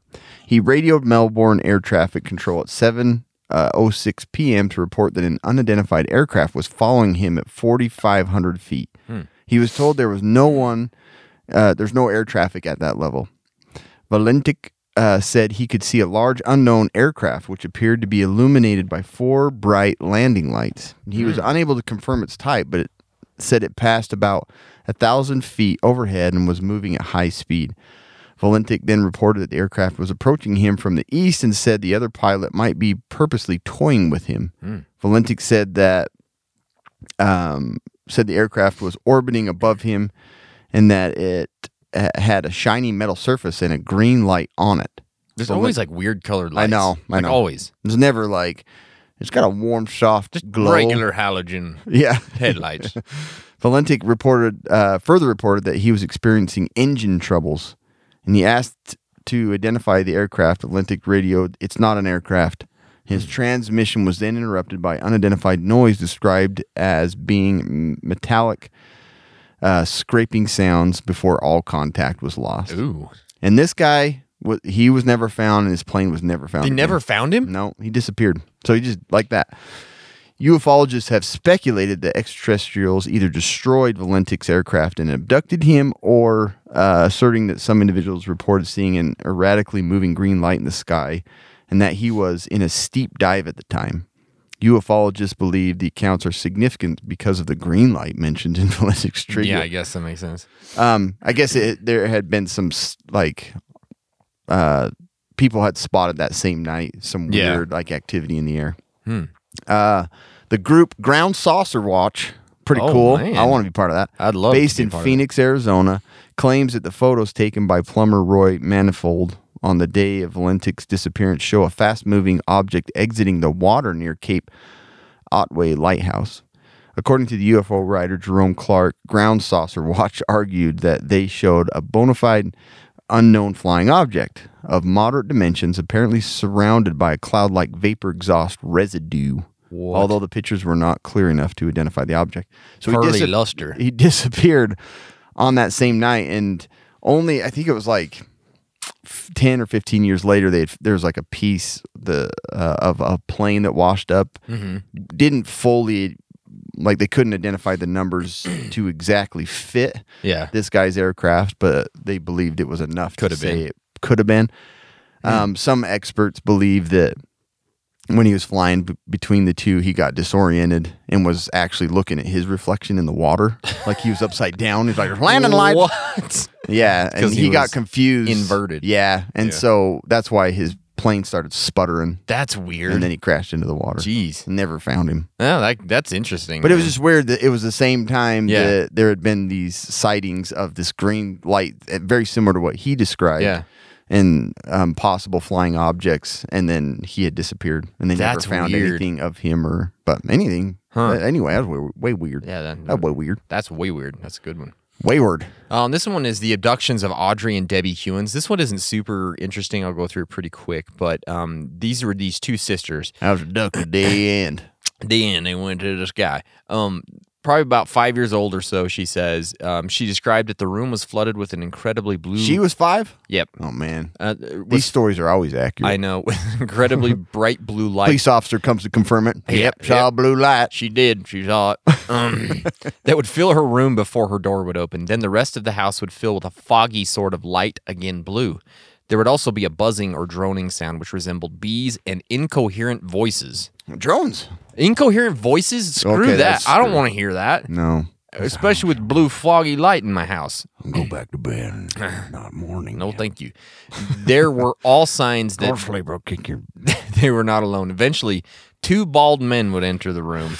S4: he radioed Melbourne air traffic control at seven. Uh, 06 p.m. to report that an unidentified aircraft was following him at 4,500 feet. He was told there was no one, uh, there's no air traffic at that level. Valentik uh, said he could see a large unknown aircraft, which appeared to be illuminated by four bright landing lights. He was unable to confirm its type, but it said it passed about a thousand feet overhead and was moving at high speed. Valentik then reported that the aircraft was approaching him from the east and said the other pilot might be purposely toying with him. Valentik said that um, said the aircraft was orbiting above him and that it ha- had a shiny metal surface and a green light on it.
S5: There's
S4: But
S5: always like weird colored lights.
S4: know, I
S5: like
S4: know.
S5: Always.
S4: It's never like it's got a warm, soft glow.
S5: Regular halogen
S4: Yeah.
S5: headlights.
S4: Valentik reported uh, further reported that he was experiencing engine troubles, and he asked to identify the aircraft. Valentik radioed, "It's not an aircraft." His
S5: Hmm.
S4: transmission was then interrupted by unidentified noise described as being m- metallic uh, scraping sounds before all contact was lost.
S5: Ooh.
S4: And this guy, wa- he was never found, and his plane was never found.
S5: They
S4: again.
S5: never found him?
S4: No, he disappeared. So he just like that. Ufologists have speculated that extraterrestrials either destroyed Valentik's aircraft and abducted him, or uh, asserting that some individuals reported seeing an erratically moving green light in the sky, and that he was in a steep dive at the time. Ufologists believe the accounts are significant because of the green light mentioned in Valentik's trivia.
S5: Yeah, I guess that makes sense.
S4: Um, I guess it, there had been some s- like uh, people had spotted that same night some
S5: Yeah. Hmm.
S4: weird like activity in the air. Uh, the group Ground Saucer Watch, pretty
S5: Oh,
S4: cool.
S5: man.
S4: I want to be part of that.
S5: I'd love to
S4: Based
S5: be a
S4: in
S5: part of
S4: Phoenix, Arizona, claims that the photos taken by plumber Roy Manifold on the day of Valentik's disappearance show a fast-moving object exiting the water near Cape Otway Lighthouse. According to the UFO writer Jerome Clark, Ground Saucer Watch argued that they showed a bona fide unknown flying object of moderate dimensions, apparently surrounded by a cloud like vapor exhaust residue.
S5: What?
S4: although the pictures were not clear enough to identify the object. So
S5: Pearly
S4: he, disap-
S5: luster.
S4: he disappeared on that same night, and only I think it was like f- ten or fifteen years later, they had, there was like a piece the uh, of a plane that washed up,
S5: Mm-hmm.
S4: didn't fully like they couldn't identify the numbers to exactly fit
S5: Yeah.
S4: this guy's aircraft, but they believed it was enough.
S5: Could
S4: to
S5: have been.
S4: say it could have been. Um, some experts believe that when he was flying b- between the two, he got disoriented and was actually looking at his reflection in the water, like he was upside down. He's like landing light.
S5: What?
S4: Yeah, and
S5: 'Cause
S4: he,
S5: he
S4: got
S5: was
S4: confused,
S5: inverted.
S4: Yeah, and
S5: Yeah.
S4: so that's why his plane started sputtering,
S5: That's weird.
S4: and then he crashed into the water.
S5: Jeez.
S4: Never found him.
S5: Oh, that, that's interesting.
S4: But it was
S5: man.
S4: just weird that it was the same time
S5: Yeah.
S4: that there had been these sightings of this green light, uh, very similar to what he described.
S5: Yeah.
S4: And um, possible flying objects, and then he had disappeared, and they
S5: That's
S4: never found
S5: weird.
S4: anything of him or but anything.
S5: Huh.
S4: Uh, anyway, that was way, way weird.
S5: Yeah, that-
S4: that way weird.
S5: That's way weird. That's a good one.
S4: Wayward.
S5: Um, this one is the abductions of Audrey and Debbie Hewins. This one isn't super interesting. I'll go through it pretty quick, but um, these were these two sisters.
S4: I was a duck a day end.
S5: Then they went to this guy. Um, probably about five years old or so. She says um, she described that the room was flooded with an incredibly blue.
S4: She was five.
S5: Yep.
S4: Oh man,
S5: Uh, with-
S4: these stories are always accurate.
S5: I know. With incredibly bright blue light.
S4: Police officer comes to confirm it.
S5: Yeah,
S4: yep, saw
S5: yep.
S4: blue light.
S5: She did. She saw it. Um, that would fill her room before her door would open. Then the rest of the house would fill with a foggy sort of light, again blue. There would also be a buzzing or droning sound, which resembled bees and incoherent voices.
S4: Drones.
S5: Incoherent voices? Screw
S4: Okay,
S5: that.
S4: that's
S5: I don't
S4: screwed.
S5: want to hear that,
S4: No.
S5: especially with blue, foggy light in my house.
S4: Go back to bed. Not morning.
S5: No, thank you. There were all signs that
S4: flavor will kick your
S5: they were not alone. Eventually, two bald men would enter the room.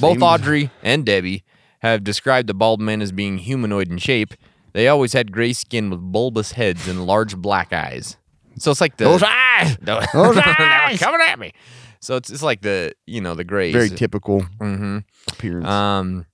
S5: Both Audrey and Debbie have described the bald men as being humanoid in shape. They always had gray skin with bulbous heads and large black eyes. So it's like the
S4: Those eyes!
S5: Those
S4: Those
S5: eyes
S4: eyes!
S5: coming at me. So it's, it's like the you know the grays.
S4: very typical
S5: hmm
S4: appearance.
S5: Um,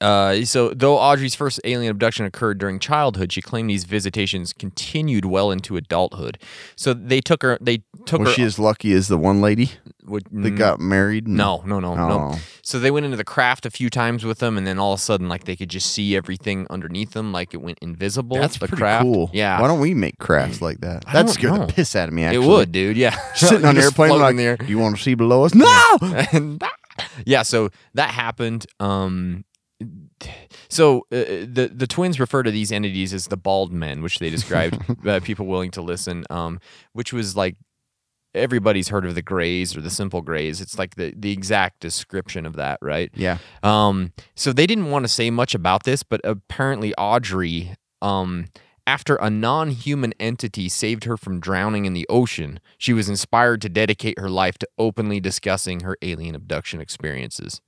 S5: uh, so though Audrey's first alien abduction occurred during childhood, she claimed these visitations continued well into adulthood. So they took her. They took
S4: was
S5: her.
S4: she as lucky as the one lady
S5: would-
S4: that got married? and-
S5: no, no, no, no.
S4: Oh.
S5: So they went into the craft a few times with them, and then all of a sudden, like they could just see everything underneath them, like it went invisible.
S4: that's
S5: the
S4: pretty
S5: craft.
S4: cool.
S5: Yeah, Mm.
S4: Why don't we make crafts like that?
S5: I
S4: That'd
S5: don't
S4: scare
S5: know.
S4: the piss out of me. Actually,
S5: it would, dude. Yeah,
S4: Sitting on an
S5: Just
S4: airplane,
S5: floating
S4: like,
S5: in the air.
S4: do you want to see below us? No.
S5: And- yeah, so that happened. Um, so uh, the the twins refer to these entities as the bald men, which they described uh, people willing to listen. Um, which was like everybody's heard of the Greys or the Simple Greys. It's like the the exact description of that, right?
S4: yeah.
S5: Um, so they didn't want to say much about this, but apparently Audrey, um, after a non-human entity saved her from drowning in the ocean, she was inspired to dedicate her life to openly discussing her alien abduction experiences.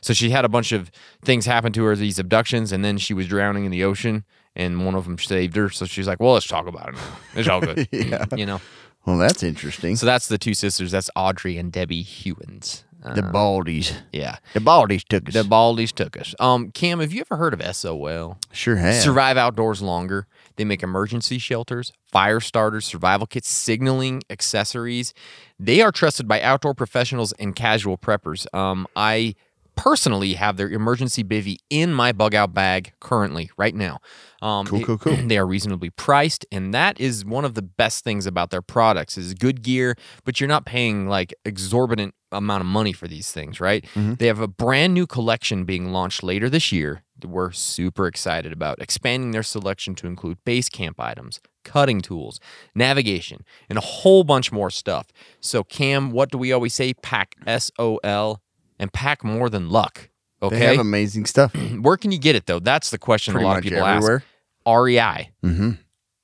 S5: So she had a bunch of things happen to her, these abductions, and then she was drowning in the ocean, and one of them saved her. So she's like, "Well, let's talk about it. now. It's all good,
S4: Yeah.
S5: you know."
S4: Well, that's interesting.
S5: So that's the two sisters. That's Audrey and Debbie Hewins. Uh,
S4: the baldies.
S5: yeah.
S4: The baldies took us.
S5: The Baldies took us. Um, Cam, have you ever heard of SOL?
S4: sure have.
S5: Survive outdoors longer. They make emergency shelters, fire starters, survival kits, signaling accessories. They are trusted by outdoor professionals and casual preppers. Um, I personally have their emergency bivy in my bug out bag currently, right now. Um,
S4: Cool,
S5: it-
S4: cool, cool.
S5: They are reasonably priced, and that is one of the best things about their products is good gear, but you're not paying like exorbitant amount of money for these things, right?
S4: Mm-hmm.
S5: They have a brand new collection being launched later this year. that We're super excited about expanding their selection to include base camp items, cutting tools, navigation, and a whole bunch more stuff. So, Cam, what do we always say? Pack SOL and pack more than luck.
S4: They
S5: Okay.
S4: have amazing stuff.
S5: Where can you get it though? That's the question
S4: Pretty
S5: a lot
S4: much
S5: of people
S4: everywhere.
S5: ask. E REI,
S4: Mm-hmm.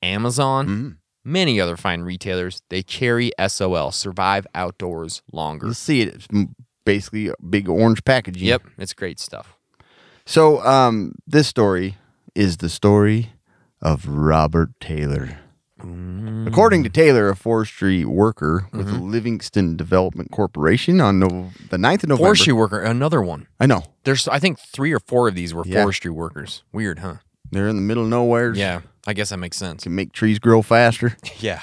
S5: Amazon,
S4: Mhm.
S5: many other fine retailers, they carry SOL, survive outdoors longer.
S4: Let's see it. It's m- basically a big orange packaging.
S5: Yep, it's great stuff.
S4: So, um, this story is the story of Robert Taylor.
S5: Mm.
S4: According to Taylor, a forestry worker with the
S5: Mm-hmm.
S4: Livingston Development Corporation on no- the 9th of November.
S5: Forestry worker, another one.
S4: I know.
S5: There's I think three or four of these were
S4: Yeah.
S5: forestry workers. Weird, huh?
S4: They're in the middle of nowhere.
S5: Yeah. I guess that makes sense.
S4: Can make trees grow faster.
S5: Yeah.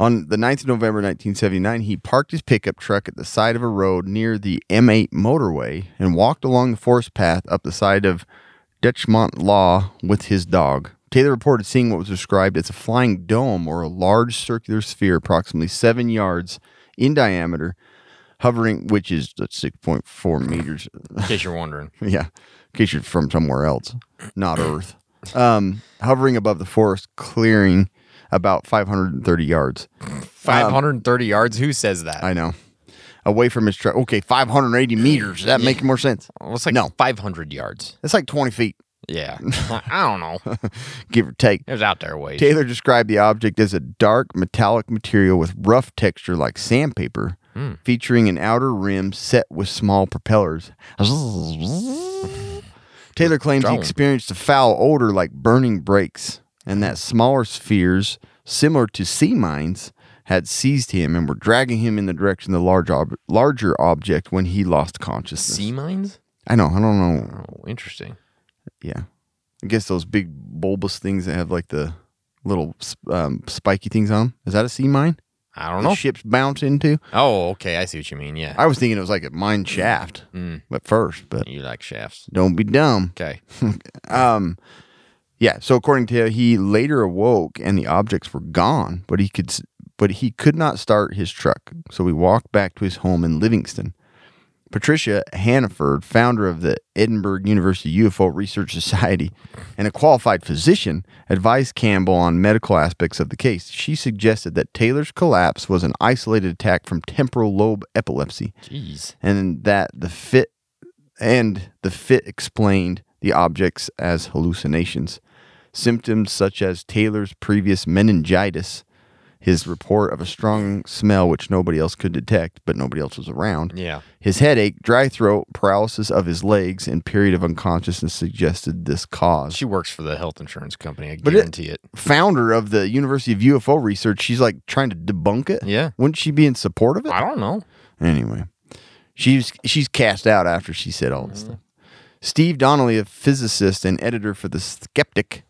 S4: On the 9th of November 1979, he parked his pickup truck at the side of a road near the M8 motorway and walked along the forest path up the side of Dutchmont Law with his dog. Taylor reported seeing what was described as a flying dome or a large circular sphere approximately seven yards in diameter, hovering, which is that's 6.4 meters.
S5: In case you're wondering.
S4: Yeah, in case you're from somewhere else, not Earth. Um, hovering above the forest clearing about 530 yards.
S5: 530 yards. Who says that?
S4: I know. Away from his truck. Okay, 580 meters. That make more sense.
S5: What's like
S4: No.
S5: 500 yards?
S4: That's like 20 feet,
S5: Yeah. I- I don't know.
S4: give or take.
S5: It was out there ways.
S4: Taylor described the object as a dark metallic material with rough texture like sandpaper, featuring an outer rim set with small propellers. Taylor claims he
S5: Drone.
S4: experienced a foul odor like burning brakes, and that smaller spheres, similar to sea mines, had seized him and were dragging him in the direction of the large ob- larger object when he lost consciousness.
S5: Sea mines?
S4: I know, I don't know.
S5: Oh, interesting.
S4: Yeah. I guess those big bulbous things that have like the little um, spiky things on 'em. Is that a sea mine?
S5: I don't
S4: The
S5: know.
S4: ships bounce into?
S5: Oh, okay. I see what you mean. Yeah.
S4: I was thinking it was like a mine shaft
S5: Mm.
S4: at first, but
S5: You like shafts.
S4: don't be dumb.
S5: Okay.
S4: Yeah. So according to him, he later awoke and the objects were gone, but he could s- but he could not start his truck. So he walked back to his home in Livingston. Patricia Hannaford, founder of the Edinburgh University UFO Research Society and a qualified physician, advised Campbell on medical aspects of the case. She suggested that Taylor's collapse was an isolated attack from temporal lobe epilepsy
S5: Jeez.
S4: and that the fit and the fit explained the objects as hallucinations. Symptoms such as Taylor's previous meningitis, his report of a strong smell which nobody else could detect, but nobody else was around.
S5: Yeah.
S4: His headache, dry throat, paralysis of his legs, and period of unconsciousness suggested this cause
S5: She works for the health insurance company. I
S4: it-
S5: guarantee it,
S4: founder of the University of UFO Research, she's like trying to debunk it.
S5: Yeah.
S4: Wouldn't she be in support of it?
S5: I don't know.
S4: Anyway, she's she's cast out after she said all this
S5: Mm-hmm.
S4: stuff. Steve Donnelly, a physicist and editor for the Skeptic,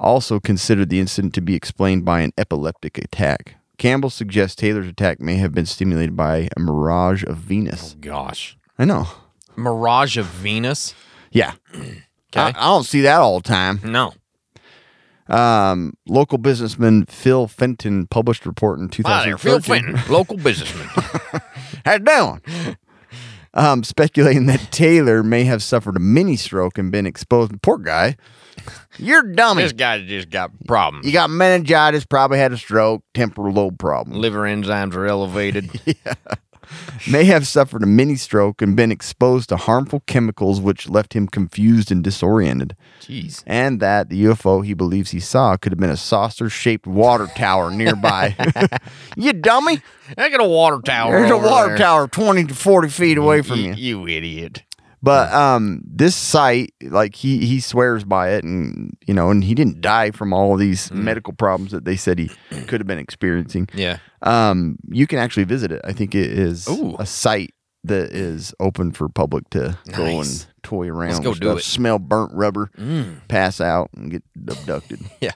S4: also considered the incident to be explained by an epileptic attack. Campbell suggests Taylor's attack may have been stimulated by a mirage of Venus.
S5: Gosh.
S4: I know.
S5: Mirage of Venus?
S4: Yeah. I, I
S5: Okay.
S4: don't see that all the time.
S5: no.
S4: Um, local businessman Phil Fenton published a report in
S5: Wow, there, Phil
S4: 2013.
S5: Fenton, local businessman.
S4: How you doing? Um, speculating that Taylor may have suffered a mini stroke and been exposed. Poor guy. You're a dummy.
S5: this guy just got problems.
S4: You got meningitis, probably had a stroke, temporal lobe problem.
S5: Liver enzymes are elevated.
S4: May have suffered a mini stroke and been exposed to harmful chemicals which left him confused and disoriented.
S5: Jeez.
S4: And that the UFO he believes he saw could have been a saucer shaped water tower nearby. you dummy.
S5: I got a water tower.
S4: There's a
S5: over
S4: water
S5: there.
S4: tower 20 to 40 feet away from you.
S5: You, you idiot.
S4: But um, this site, like he he swears by it, and you know, and he didn't die from all of these
S5: Hmm.
S4: medical problems that they said he could have been experiencing.
S5: Yeah.
S4: Um, you can actually visit it. I think it is
S5: Ooh.
S4: a site that is open for public to go
S5: Nice.
S4: and toy around.
S5: go
S4: with
S5: do
S4: stuff,
S5: it. Mm.
S4: Smell burnt rubber, pass out, and get abducted.
S5: Yeah.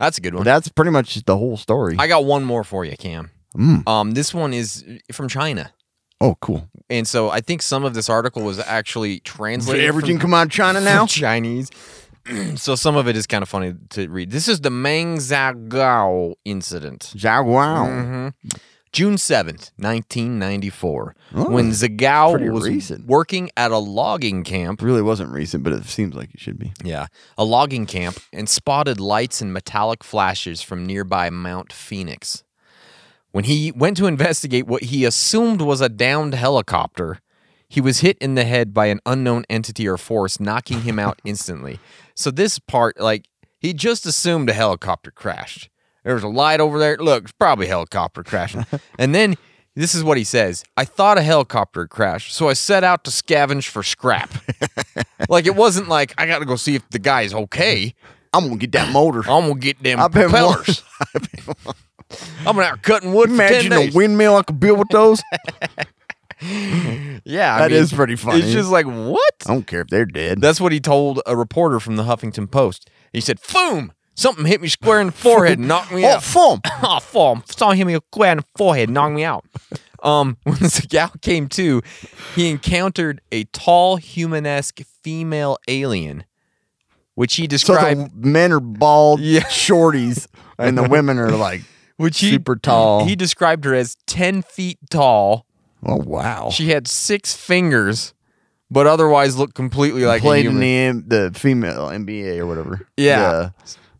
S5: That's a good one.
S4: That's pretty much the whole story.
S5: I got one more for you, Cam.
S4: Mm.
S5: Um, this one is from China.
S4: oh, cool!
S5: And so I think some of this article was actually
S4: Did
S5: translated. from-
S4: everything come out of China now?
S5: Chinese. so some of it is kind of funny to read. This is the Meng Zhagao incident.
S4: Zhao Wow.
S5: June 7th, 1994, when
S4: Oh, pretty
S5: Zagao was
S4: recent.
S5: working at a logging camp.
S4: Really wasn't recent, but it seems like it should be.
S5: Yeah, a logging camp and spotted lights and metallic flashes from nearby Mount Phoenix. When he went to investigate what he assumed was a downed helicopter, he was hit in the head by an unknown entity or force, knocking him out instantly. So, this part, like, he just assumed a helicopter crashed. There was a light over there. Look, it's probably a helicopter crashing. and then this is what he says I thought a helicopter crashed, so I set out to scavenge for scrap. like, it wasn't like, I got to go see if the guy's okay.
S4: I'm gonna get that motor.
S5: I'm going to get them
S4: I've been
S5: propellers. I'm out cutting wood for 10
S4: Imagine a
S5: days.
S4: windmill I could build with those.
S5: Yeah, I
S4: That
S5: mean,
S4: is pretty funny. Um,
S5: It's just like what?
S4: I don't care if they're dead.
S5: That's what he told a reporter from the Huffington Post. He said, "Foom, Something hit me square in the forehead and knocked me
S4: Oh,
S5: out.
S4: foam.
S5: oh, form. Someone hit me square in the forehead and knocked me out. Um, when the gal came to, he encountered a tall, humanesque female alien, which he
S4: So
S5: described.
S4: the men are bald
S5: Yeah.
S4: shorties, and the women are like,
S5: which he,
S4: super tall.
S5: He described her as ten feet tall.
S4: oh wow.
S5: She had six fingers, but otherwise looked completely like a
S4: played in
S5: human.
S4: the M- the female NBA or whatever.
S5: Yeah.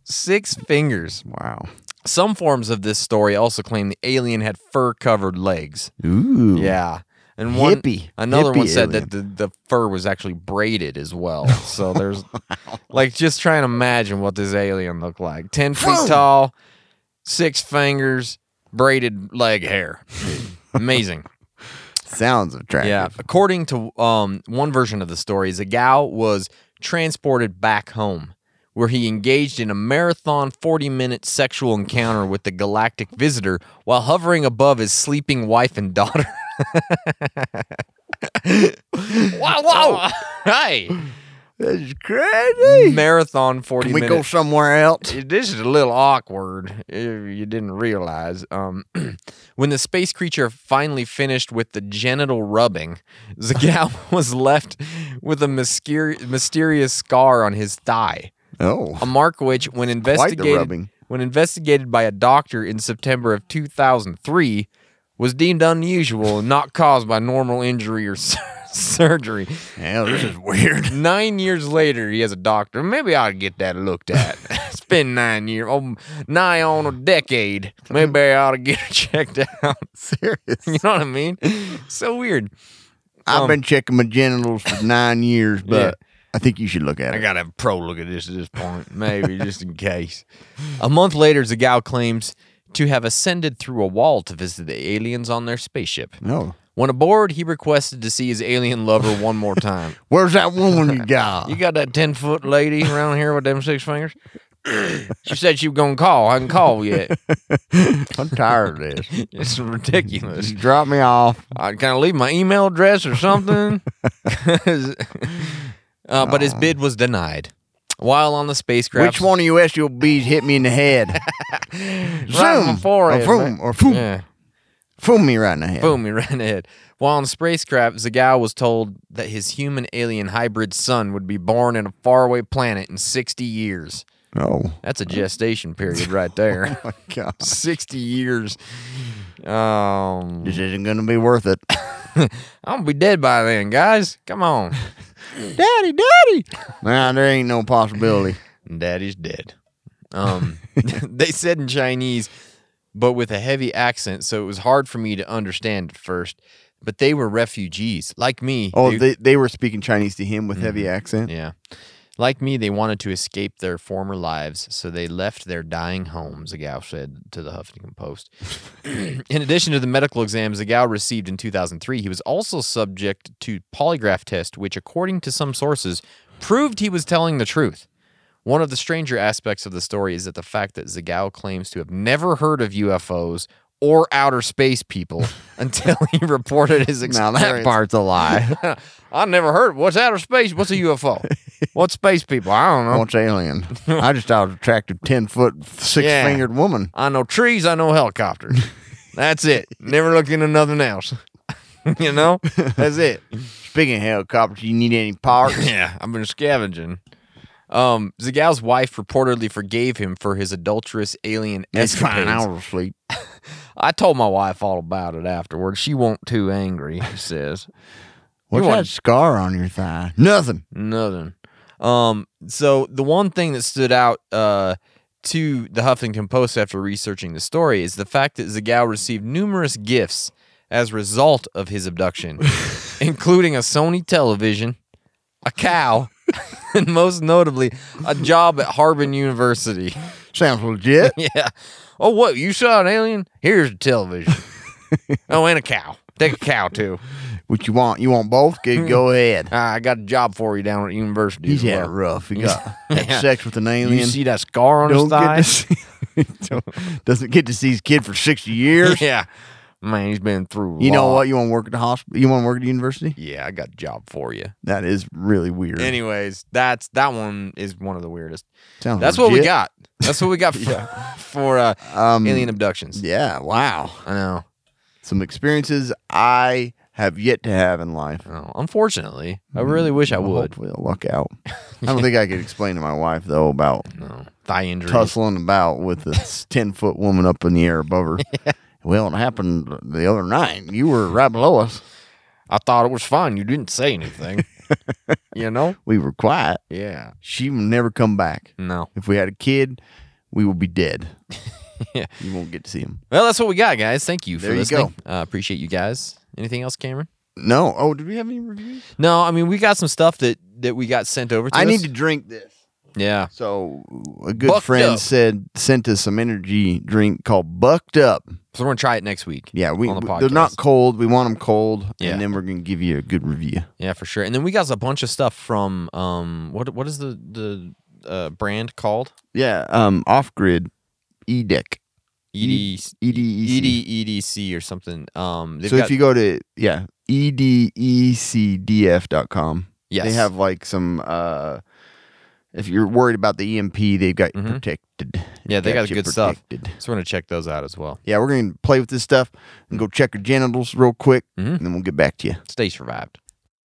S5: Six fingers.
S4: Wow.
S5: Some forms of this story also claim the alien had fur-covered legs.
S4: Ooh.
S5: Yeah. And one,
S4: Hippie.
S5: another one
S4: Hippie
S5: said that the, the fur was actually braided as well. So there's like just trying to imagine what this alien looked like. Ten feet tall, six fingers, braided leg hair. Amazing.
S4: Sounds attractive.
S5: Yeah. According to um, one version of the story, Zagao was transported back home, where he engaged in a marathon 40 minute sexual encounter with the galactic visitor while hovering above his sleeping wife and daughter. wow, wow. hey.
S4: That's crazy.
S5: Marathon 40
S4: Can we
S5: Mm, minute
S4: go somewhere else?
S5: this is a little awkward if you didn't realize. Um, when the space creature finally finished with the genital rubbing, Zagao was left with a mysterious, mysterious scar on his thigh,
S4: Oh.
S5: a mark which, when
S4: rubbing.
S5: investigated, when investigated by a doctor in September of 2003, was deemed unusual and not caused by normal injury or sur- surgery.
S4: Hell, this is weird.
S5: Nine years later, he has a doctor. Maybe I ought to get that looked at. it's been nine years, oh, nigh on a decade. Maybe I ought to get it checked out.
S4: Serious.
S5: you know what I mean? So weird. Um,
S4: I've been checking my genitals for nine years, but I think you should look at
S5: I
S4: it.
S5: gotta have a pro look at this at this point, maybe just in case. A month later, Zagal claims to have ascended through a wall to visit the aliens on their spaceship.
S4: no.
S5: When aboard, he requested to see his alien lover one more time.
S4: Where's that woman you got?
S5: You got that ten foot lady around here with them six fingers? she said she was gonna call. I can call yet.
S4: I'm tired of this.
S5: It's ridiculous.
S4: Just drop me off.
S5: I can I leave my email address or something? 'Cause- uh, but his bid was denied. While on the spacecraft,
S4: Which one of you SUBs hit me in the head?
S5: Right in my
S4: Zoom. Oh,
S5: forehead,
S4: or foom,
S5: man.
S4: or foom,
S5: Yeah,
S4: foom me right in the head.
S5: boom, he ran ahead. While on the spacecraft, Zagal was told that his human alien hybrid son would be born in a faraway planet in 60 years.
S4: Oh,
S5: That's a gestation period right there.
S4: my God.
S5: 60 years. Um,
S4: This isn't going to be worth it.
S5: I'm gonna be dead by then, guys. Come on.
S4: Daddy, daddy. Nah, there ain't no possibility.
S5: Daddy's dead. Um, they said in Chinese, but with a heavy accent, so it was hard for me to understand at first. But they were refugees, like me.
S4: Oh, they, they were speaking Chinese to him with heavy accent.
S5: yeah, like me, they wanted to escape their former lives, so they left their dying homes. Zagao said to the Huffington Post. in addition to the medical exams Zagao received in 2003, he was also subject to polygraph test, which, according to some sources, proved he was telling the truth. One of the stranger aspects of the story is that the fact that Zagao claims to have never heard of UFOs or outer space people until he reported his
S4: Now
S5: experience.
S4: that part's a lie.
S5: I never heard. What's outer space? What's a UFO? What's space people? I don't know.
S4: What's alien? I just thought it was an attractive ten foot six fingered woman.
S5: I know trees. I know helicopters. That's it. Never look into nothing else. you know, that's it.
S4: Speaking of helicopters, you need any parts?
S5: Yeah, I've been scavenging. Um, Zagal's wife reportedly forgave him for his adulterous alien
S4: That's fine.
S5: escapades.
S4: I was asleep.
S5: I told my wife all about it afterwards. She won't too angry. She says.
S4: What's
S5: want-
S4: that scar on your thigh? Nothing.
S5: Nothing. Um, so the one thing that stood out uh, to the Huffington Post after researching the story is the fact that Zagao received numerous gifts as a result of his abduction, including a Sony television, a cow, and most notably, a job at Harbin University.
S4: Sounds legit.
S5: yeah. Oh, what? You saw an alien? Here's a television. oh, and a cow. Take a cow, too.
S4: what you want? You want both? Good. Go ahead.
S5: Uh, I got a job for you down at university.
S4: He's
S5: as
S4: had it
S5: well.
S4: rough. He got had
S5: Yeah.
S4: sex with an alien.
S5: You see that scar on
S4: Don't
S5: his
S4: get
S5: thigh?
S4: to see- don't- doesn't get to see his kid for sixty years.
S5: yeah. Man, he's been through. a
S4: You know
S5: lot.
S4: what? You want to work at the hospital? You want to work at the university?
S5: Yeah, I got a job for you.
S4: That is really weird.
S5: Anyways, that's that one is one of the weirdest.
S4: Sounds
S5: That's what we
S4: Oh, legit.
S5: got. That's what we got for, for uh,
S4: Um,
S5: alien abductions.
S4: Yeah. Wow.
S5: I know.
S4: Some experiences I have yet to have in life.
S5: Oh, unfortunately, I
S4: Mm,
S5: really wish I
S4: Well,
S5: would.
S4: Hopefully, I'll luck out. I don't think I could explain to my wife though about
S5: No thigh injuries.
S4: tussling about with this ten foot woman up in the air above her. Well, it happened the other night. You were right below us.
S5: I thought it was fun. You didn't say anything. you know?
S4: We were quiet.
S5: Yeah.
S4: She will never come back.
S5: No.
S4: If we had a kid, we would be dead.
S5: Yeah.
S4: You won't get to see him.
S5: Well, that's what we got, guys. Thank you for
S4: There you
S5: listening. Uh, appreciate you guys. Anything else, Cameron?
S4: No. Oh, did we have any reviews?
S5: No, I mean we got some stuff that that we got sent over to
S4: I
S5: us.
S4: need to drink this.
S5: Yeah.
S4: So a good
S5: Bucked
S4: friend
S5: up.
S4: said sent us some energy drink called Bucked Up.
S5: So we're gonna try it next week.
S4: Yeah, we
S5: on the podcast.
S4: they're not cold. We want them cold,
S5: Yeah.
S4: and then we're gonna give you a good review.
S5: Yeah, for sure. And then we got a bunch of stuff from um what what is the the uh, brand called?
S4: Yeah, um, off grid, E EDEC, E-,
S5: ED E
S4: EDEC.
S5: EDEDC or something. Um they've
S4: so
S5: got,
S4: if you go to yeah E edecdf.com,
S5: yes.
S4: they have like some. uh If you're worried about the EMP, they've got you
S5: Mhm.
S4: protected.
S5: Yeah, they got
S4: you
S5: good stuff.
S4: protected.
S5: So we're gonna check those out as well.
S4: Yeah, we're gonna play with this stuff and go check your genitals real quick,
S5: Mhm.
S4: and then we'll get back to you.
S5: Stay survived.